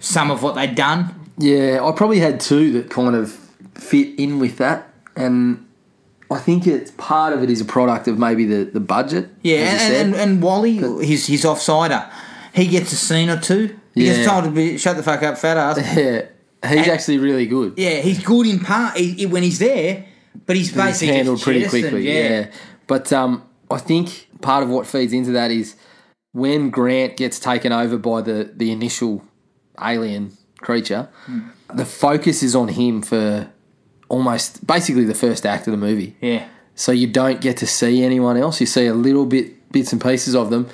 Speaker 2: some of what they'd done.
Speaker 3: Yeah, I probably had two that kind of fit in with that, and I think it's part of it is a product of maybe the, the budget.
Speaker 2: Yeah,
Speaker 3: as you
Speaker 2: and,
Speaker 3: said.
Speaker 2: and, and Wally, his his offsider, he gets a scene or two. He
Speaker 3: Yeah.
Speaker 2: gets told to be shut the fuck up, fat ass.
Speaker 3: yeah, He's actually really good.
Speaker 2: Yeah, he's good in part he, he- when he's there, but he's
Speaker 3: He's
Speaker 2: basically
Speaker 3: handled
Speaker 2: just
Speaker 3: pretty
Speaker 2: jettisoned,
Speaker 3: quickly. Yeah. But um, I think part of what feeds into that is when Grant gets taken over by the, the initial alien creature,
Speaker 2: Hmm.
Speaker 3: the focus is on him for almost basically the first act of the movie.
Speaker 2: yeah,
Speaker 3: So you don't get to see anyone else. You see a little bit bits and pieces of them,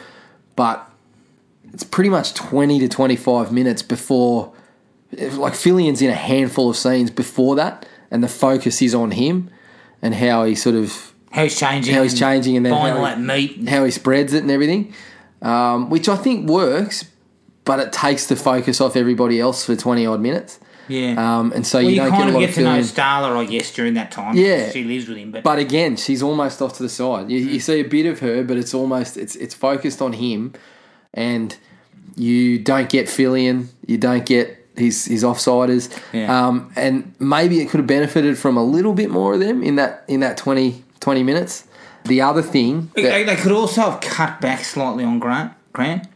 Speaker 3: but it's pretty much 20 to 25 minutes before if- like Fillion's in a handful of scenes before that and the focus is on him and how he sort of
Speaker 2: How he's changing?
Speaker 3: How he's changing and then
Speaker 2: final
Speaker 3: how
Speaker 2: at
Speaker 3: he-
Speaker 2: meat.
Speaker 3: how he spreads it and everything, um, which I think works, but it takes the focus off everybody else for 20 odd minutes.
Speaker 2: Yeah.
Speaker 3: Um, and so
Speaker 2: well,
Speaker 3: you
Speaker 2: you,
Speaker 3: don't get
Speaker 2: kind
Speaker 3: a
Speaker 2: of
Speaker 3: lot
Speaker 2: get
Speaker 3: of
Speaker 2: to know
Speaker 3: Fillion.
Speaker 2: Starla, I guess, during that time.
Speaker 3: Yeah.
Speaker 2: she lives with him, but,
Speaker 3: But again, she's almost off to the side. You,
Speaker 2: Mm.
Speaker 3: you see a bit of her, but it's almost it's it's focused on him, and you don't get Fillion. You don't get his his offsiders.
Speaker 2: Yeah.
Speaker 3: Um, and maybe it could have benefited from a little bit more of them in that in that 20, 20 minutes. The other thing, that-
Speaker 2: they, they could also have cut back slightly on Grant. Grant,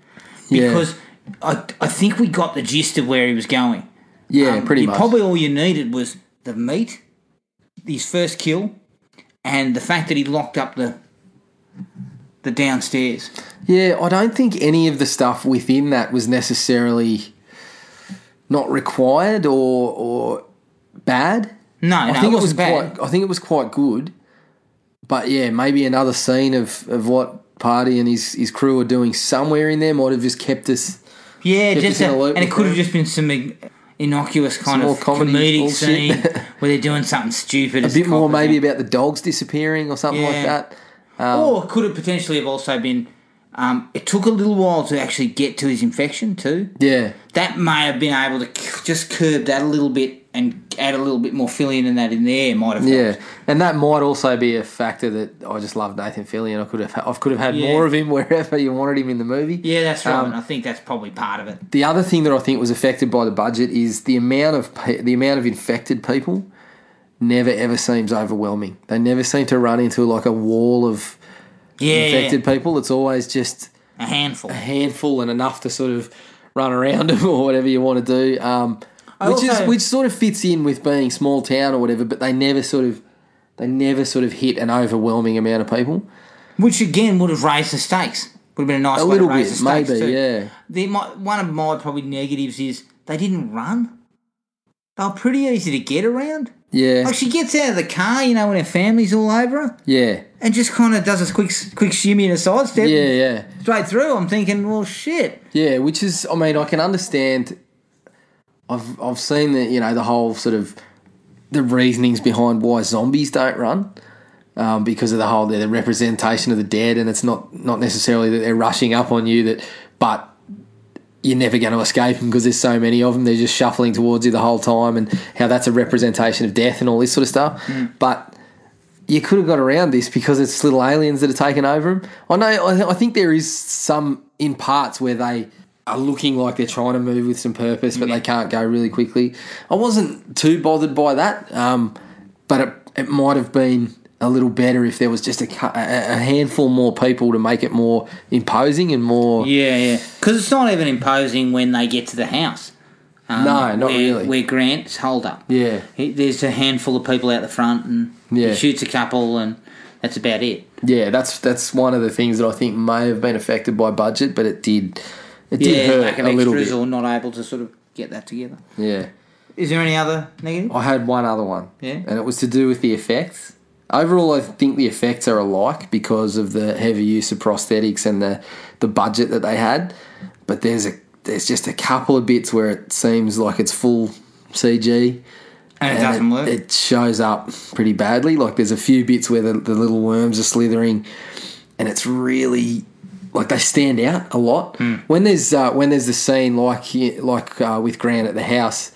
Speaker 3: Yeah.
Speaker 2: because I I think we got the gist of where he was going.
Speaker 3: yeah,
Speaker 2: Um,
Speaker 3: pretty
Speaker 2: you
Speaker 3: much.
Speaker 2: Probably all you needed was the meat, his first kill, and the fact that he locked up the the downstairs.
Speaker 3: Yeah, I don't think any of the stuff within that was necessarily not required or or bad.
Speaker 2: No,
Speaker 3: I
Speaker 2: no,
Speaker 3: think
Speaker 2: it
Speaker 3: it was
Speaker 2: wasn't bad.
Speaker 3: quite. I think it was quite good. But yeah, maybe another scene of, of what Party and his, his crew are doing somewhere in there might have just kept us.
Speaker 2: Yeah,
Speaker 3: Kept
Speaker 2: just
Speaker 3: us in
Speaker 2: a,
Speaker 3: a loop
Speaker 2: and it
Speaker 3: with
Speaker 2: could have
Speaker 3: them.
Speaker 2: just been some ig- innocuous kind
Speaker 3: Some
Speaker 2: of
Speaker 3: more comedy
Speaker 2: comedic scene
Speaker 3: bullshit.
Speaker 2: where they're doing something stupid.
Speaker 3: A bit more maybe um, about the dogs disappearing or something
Speaker 2: Yeah.
Speaker 3: like that.
Speaker 2: or it could have potentially have also been. Um, it took a little while to actually get to his infection too.
Speaker 3: Yeah,
Speaker 2: That may have been able to c- just curb that a little bit and add a little bit more filling and that in there might have.
Speaker 3: yeah,
Speaker 2: helped.
Speaker 3: and that might also be a factor that I just love Nathan Fillion. I could have I could have had
Speaker 2: Yeah.
Speaker 3: more of him wherever you wanted him in the movie.
Speaker 2: yeah, that's right.
Speaker 3: Um,
Speaker 2: and I think that's probably part of it.
Speaker 3: The other thing that I think was affected by the budget is the amount of pe- the amount of infected people never ever seems overwhelming. They never seem to run into like a wall of
Speaker 2: Yeah,
Speaker 3: infected
Speaker 2: yeah,
Speaker 3: people. It's always just
Speaker 2: a handful.
Speaker 3: a handful and enough to sort of run around them or whatever you want to do. Um,
Speaker 2: I
Speaker 3: which
Speaker 2: also-
Speaker 3: is which sort of fits in with being small town or whatever, but they never sort of they never sort of hit an overwhelming amount of people.
Speaker 2: Which again would have raised the stakes. Would have been a nice
Speaker 3: A
Speaker 2: way
Speaker 3: little
Speaker 2: to raise
Speaker 3: bit,
Speaker 2: the stakes
Speaker 3: maybe,
Speaker 2: too.
Speaker 3: yeah.
Speaker 2: The, my, one of my probably negatives is they didn't run. They were pretty easy to get around.
Speaker 3: Yeah,
Speaker 2: Like she gets out of the car, you know, when her family's all over her,
Speaker 3: yeah,
Speaker 2: and just kind of does a quick quick shimmy and a sidestep
Speaker 3: yeah, yeah.
Speaker 2: straight through. I'm thinking, well, shit.
Speaker 3: Yeah, which is, I mean, I can understand. I've I've seen the you know the whole sort of the reasonings behind why zombies don't run um, because of the whole they're the representation of the dead, and it's not not necessarily that they're rushing up on you that, but you're never going to escape them because there's so many of them. They're just shuffling towards you the whole time, and how that's a representation of death and all this sort of stuff. But you could have got around this because it's little aliens that are taking over them. I know. I, I think there is some in parts where they are looking like they're trying to move with some purpose, but they can't go really quickly. I wasn't too bothered by that, um, but it, it might have been a little better if there was just a, cu- a a handful more people to make it more imposing and more.
Speaker 2: Yeah, yeah. Because it's not even imposing when they get to the house. Um,
Speaker 3: No, not
Speaker 2: where-
Speaker 3: really.
Speaker 2: Where Grant's hold up.
Speaker 3: Yeah.
Speaker 2: He, there's a handful of people out the front, and
Speaker 3: Yeah.
Speaker 2: he shoots a couple, and that's about it.
Speaker 3: Yeah, that's that's one of the things that I think may have been affected by budget, but it did it
Speaker 2: yeah,
Speaker 3: did
Speaker 2: lack
Speaker 3: hurt
Speaker 2: of
Speaker 3: a little
Speaker 2: extras
Speaker 3: bit.
Speaker 2: or not able to sort of get that together.
Speaker 3: yeah.
Speaker 2: Is there any other negative?
Speaker 3: I had one other one.
Speaker 2: Yeah.
Speaker 3: And it was to do with the effects. Overall, I think the effects are alike because of the heavy use of prosthetics and the, the budget that they had. But there's a there's just a couple of bits where it seems like it's full CG.
Speaker 2: And it
Speaker 3: and
Speaker 2: doesn't work.
Speaker 3: It shows up pretty badly. Like there's a few bits where the, the little worms are slithering, and it's really like they stand out a lot.
Speaker 2: Hmm.
Speaker 3: When there's uh, when there's the scene like he- like uh, with Grant at the house,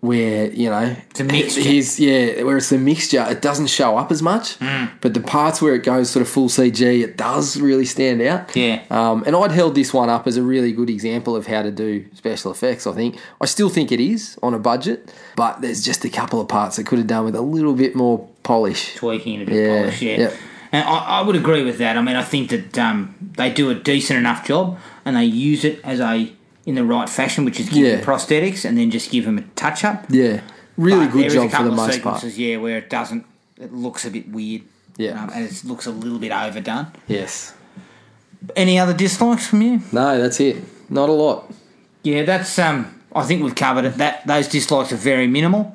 Speaker 3: where you know it's
Speaker 2: a mixture.
Speaker 3: yeah, where it's the mixture, it doesn't show up as much.
Speaker 2: Hmm.
Speaker 3: But the parts where it goes sort of full CG, it does really stand out.
Speaker 2: Yeah.
Speaker 3: Um, and I'd held this one up as a really good example of how to do special effects. I think I still think it is on a budget, but there's just a couple of parts that could have done with a little bit more polish.
Speaker 2: tweaking it a bit
Speaker 3: Yeah,
Speaker 2: polish, yeah.
Speaker 3: yep.
Speaker 2: And I, I would agree with that. I mean, I think that um, they do a decent enough job, and they use it as a in the right fashion, which is give him
Speaker 3: Yeah.
Speaker 2: prosthetics and then just give him a touch up.
Speaker 3: Yeah, really
Speaker 2: But there
Speaker 3: good
Speaker 2: is a
Speaker 3: job for the
Speaker 2: couple of
Speaker 3: most part.
Speaker 2: sequences, Yeah, where it doesn't, it looks a bit weird.
Speaker 3: Yeah.
Speaker 2: um, and it looks a little bit overdone.
Speaker 3: Yes.
Speaker 2: Any other dislikes from you?
Speaker 3: No, that's it. Not a lot.
Speaker 2: Yeah, that's um. I think we've covered it. That those dislikes are very minimal,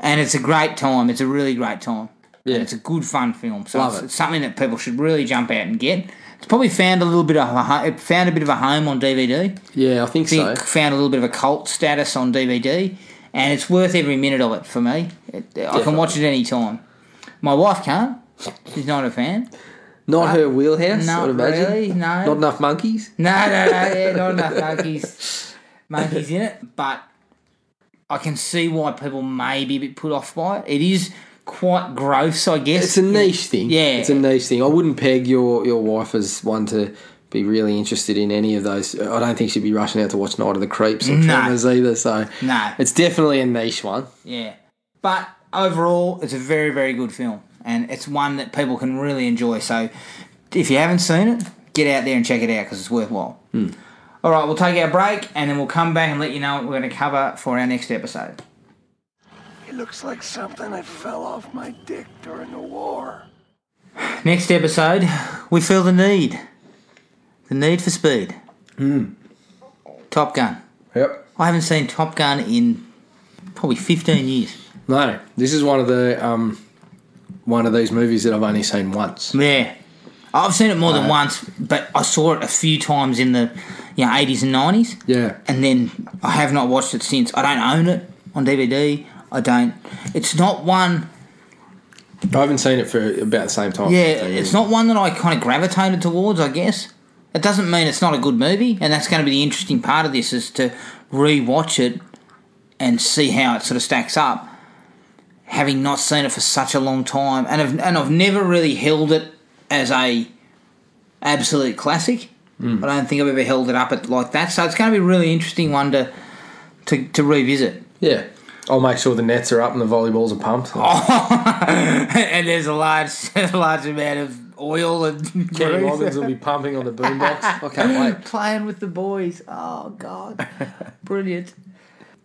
Speaker 2: and it's a great time. It's a really great time.
Speaker 3: Yeah.
Speaker 2: and it's a good fun film. So
Speaker 3: Love
Speaker 2: it's,
Speaker 3: it.
Speaker 2: it's something that people should really jump out and get. It's probably found a little bit of a, ho- it found a bit of a home on DVD.
Speaker 3: Yeah, I think
Speaker 2: I think
Speaker 3: so.
Speaker 2: found a little bit of a cult status on DVD, and it's worth every minute of it for me. It, I can watch it any time. My wife can't. She's not a fan.
Speaker 3: Not her wheelhouse.
Speaker 2: Not
Speaker 3: I'd imagine.
Speaker 2: really, no.
Speaker 3: Not enough monkeys.
Speaker 2: No, no, no, yeah, not enough monkeys, monkeys in it. But I can see why people may be a bit put off by it. It is quite gross, I guess.
Speaker 3: It's a niche thing.
Speaker 2: Yeah.
Speaker 3: it's a niche thing. I wouldn't peg your your wife as one to be really interested in any of those. I don't think she'd be rushing out to watch Night of the Creeps or
Speaker 2: No.
Speaker 3: Tremors either. So
Speaker 2: No.
Speaker 3: it's definitely a niche one.
Speaker 2: Yeah. But overall, it's a very, very good film. And it's one that people can really enjoy. So if you haven't seen it, get out there and check it out because it's worthwhile.
Speaker 3: Hmm.
Speaker 2: All right, we'll take our break and then we'll come back and let you know what we're going to cover for our next episode.
Speaker 6: It looks like something that fell off my dick during the war.
Speaker 2: Next episode, we feel the need. The need for speed. Top Gun.
Speaker 3: Yep.
Speaker 2: I haven't seen Top Gun in probably 15 years.
Speaker 3: No, this is one of the um, one of these movies that I've only seen once.
Speaker 2: Yeah. I've seen it more than once, but I saw it a few times in the you know, 80s and 90s.
Speaker 3: Yeah.
Speaker 2: And then I have not watched it since. I don't own it on DVD. I don't. It's not one.
Speaker 3: I haven't seen it for about the same time.
Speaker 2: Yeah, it's not one that I kind of gravitated towards, I guess. It doesn't mean it's not a good movie, and that's going to be the interesting part of this is to re-watch it and see how it sort of stacks up. Having not seen it for such a long time, and I've, and I've never really held it as a absolute classic. I don't think I've ever held it up at like that, so it's going to be a really interesting one to to, to revisit.
Speaker 3: Yeah. I'll make sure the nets are up and the volleyballs are pumped.
Speaker 2: Oh, and there's a large a large amount of oil and
Speaker 3: Kenny
Speaker 2: grease.
Speaker 3: Loggins will be pumping on the boombox. I can't wait.
Speaker 2: playing with the boys. Oh God, brilliant!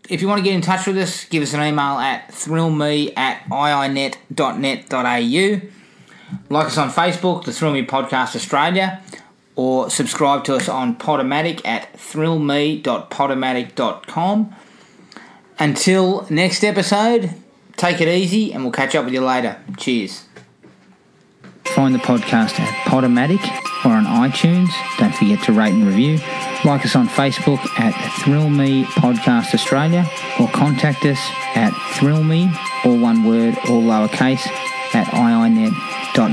Speaker 2: If you want to get in touch with us, give us an email at thrillme at iinet.net.au. Like us on Facebook, the Thrill Me Podcast Australia, or subscribe to us on Podomatic at thrillme.podomatic.com. Until next episode, take it easy and we'll catch up with you later. Cheers. Find the podcast at Podomatic or on iTunes. Don't forget to rate and review. Like us on Facebook at Thrill Me Podcast Australia or contact us at thrillme, all one word, all lowercase, at iinet.net.au.